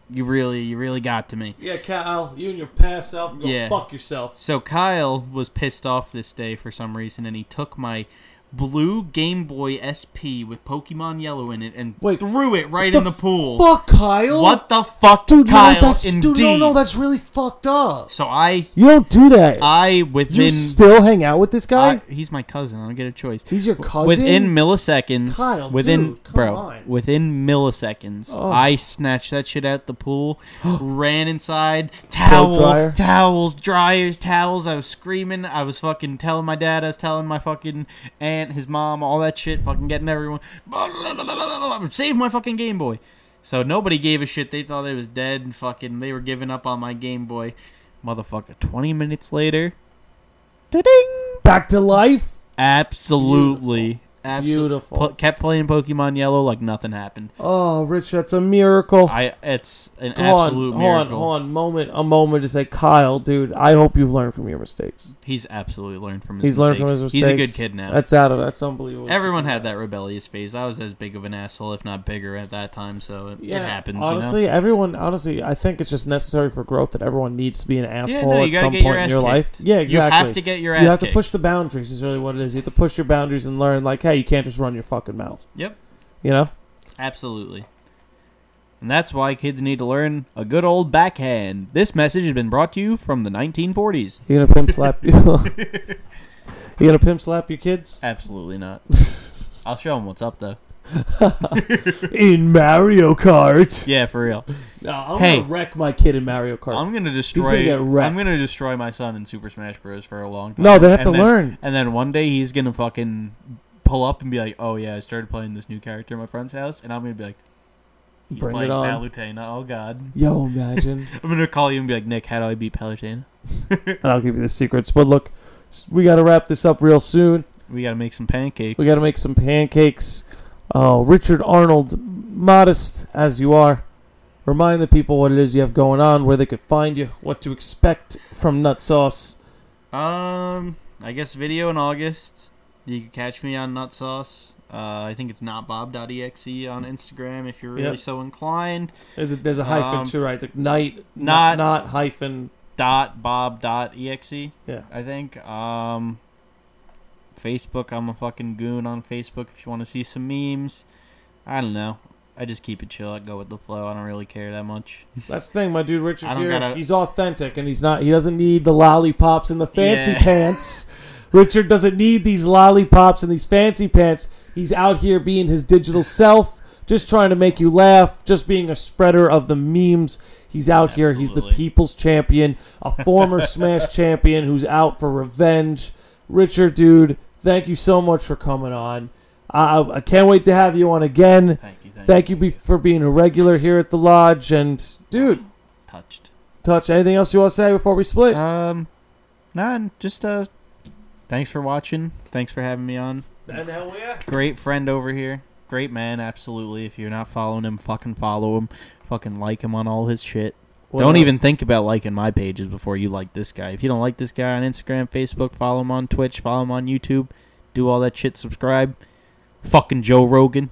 B: you really, you really got to me.
E: Yeah, Kyle, you and your past self can go
B: Yeah.
E: fuck yourself.
B: So Kyle was pissed off this day for some reason, and he took my blue Game Boy SP with Pokemon Yellow in it and
A: Wait,
B: threw it right in the pool.
A: Fuck Kyle.
B: What the fuck,
A: Dude,
B: Kyle?
A: no, that's
B: indeed.
A: dude, no, no, that's really fucked up.
B: so I,
A: You don't do that.
B: I
A: you
B: within.
A: still hang out with this guy?
B: I- he's my cousin. I don't get a choice.
A: He's your cousin.
B: Within milliseconds,
E: Kyle,
B: within
E: dude, come
B: bro,
E: on.
B: within milliseconds,
A: Oh.
B: I snatched that shit out the pool, ran inside, towel,
A: dryer?
B: towels, dryers, towels. I was screaming. I was fucking telling my dad. I was telling my fucking aunt, his mom, all that shit. Fucking getting everyone. Save my fucking Game Boy. So nobody gave a shit. They thought it was dead. And fucking, they were giving up on my Game Boy. Motherfucker. Twenty minutes later, ding.
A: Back to life.
B: Absolutely. Absol-
A: Beautiful.
B: pl- kept playing Pokemon Yellow like nothing happened.
A: Oh, Rich, that's a miracle.
B: I it's an
A: hold on,
B: absolute
A: hold on,
B: miracle.
A: hold on. Moment, a moment to say, Kyle, dude. I hope you've learned from your mistakes.
B: He's absolutely learned from his
A: He's learned
B: mistakes.
A: from his
B: He's
A: mistakes.
B: a good kid now.
A: That's out of that's unbelievable.
B: Everyone had that rebellious phase. I was as big of an asshole, if not bigger, at that time. So it, it happens.
A: Honestly, everyone. Honestly, I think it's just necessary for growth that everyone needs to be an
B: you know?
A: asshole
B: yeah, no, you
A: at
B: gotta
A: some
B: get
A: point
B: your
A: in
B: ass
A: your life.
B: kicked.
A: Yeah, exactly.
B: You have to get your ass.
A: You have to
B: kicked.
A: push the boundaries. Is really what it is. You have to push your boundaries and learn, like, hey, you can't just run your fucking mouth.
B: Yep,
A: You know.
B: absolutely. And that's why kids need to learn a good old backhand. This message has been brought to you from the 1940s.
A: You gonna pimp slap you? you gonna pimp slap your kids?
B: Absolutely not. I'll show them what's up though.
A: In Mario Kart.
B: Yeah, for real.
E: No, I'm
B: Hey.
E: gonna wreck my kid in Mario Kart.
B: I'm gonna
A: gonna
B: destroy.
A: get wrecked.
B: I'm gonna destroy my son in Super Smash Bros. for a long time.
A: No, they have to
B: then-
A: learn.
B: And then one day he's gonna fucking pull up and be like, "Oh yeah, I started playing this new character at my friend's house," and I'm gonna be like, "He's
A: Bring it
B: playing
A: on.
B: Palutena." Oh god,
A: Yo, imagine.
B: I'm gonna call you and be like, "Nick, how do I beat Palutena?
A: and I'll give you the secrets. But look, we gotta wrap this up real soon.
B: We gotta make some pancakes."
A: We gotta make some pancakes. Oh, Richard Arnold, modest as you are, remind the people what it is you have going on, where they could find you, what to expect from Nut Sauce.
B: Um, I guess video in August. You can catch me on Nutsauce. Uh, I think it's notbob.exe on Instagram if you're really
A: Mm. Yep.
B: so inclined.
A: There's a, there's a hyphen
B: Um,
A: too, right? Like night, not
B: not-
A: not hyphen.
B: Dot bob dot exe.
A: Yeah.
B: I think. Um, Facebook, I'm a fucking goon on Facebook. If you want to see some memes, I don't know. I just keep it chill. I go with the flow. I don't really care that much.
A: That's the thing, my dude Richard
B: I don't
A: here.
B: gotta-
A: He's authentic and he's not he doesn't need the lollipops and the fancy
B: Yeah.
A: pants. Richard doesn't need these lollipops and these fancy pants. He's out here being his digital self, just trying to make you laugh, just being a spreader of the memes. He's out here. He's the
B: Absolutely.
A: people's champion, a former Smash champion who's out for revenge. Richard, dude, thank you so much for coming on. I, I- I can't wait to have you on again.
B: Thank you. Thank,
A: Thank you be- for being a regular here at the lodge. And, dude,
B: Touched.
A: touch. Anything else you want to say before we split?
E: Uh,
B: Um, nah, just uh, thanks for watching. Thanks for having me on.
E: and hell yeah.
B: Great friend over here. Great man, absolutely. If you're not following him, fucking follow him. Fucking like him on all his shit.
A: What
B: don't
A: up?
B: even think about liking my pages before you like this guy. If you don't like this guy on Instagram, Facebook, follow him on Twitch, follow him on YouTube, do all that shit, subscribe. Fucking Joe Rogan.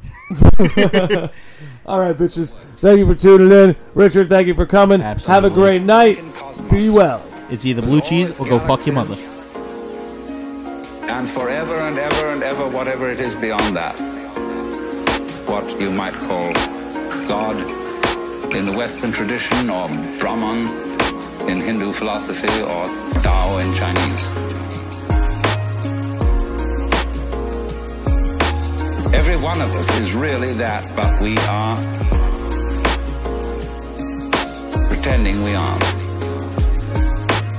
A: All right, bitches. Thank you for tuning in. Richard, thank you for coming. Have a
B: Absolutely.
A: great night. Be well.
B: It's either blue cheese or go fuck your mother.
C: And forever and ever and ever, whatever it is beyond that. What you might call God in the Western tradition, or Brahman in Hindu philosophy, or Tao in Chinese. Every one of us is really that, but we are pretending we aren't.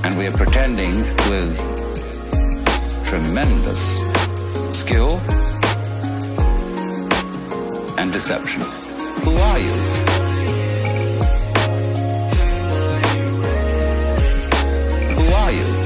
C: And we are pretending with tremendous skill and deception. Who are you? are you?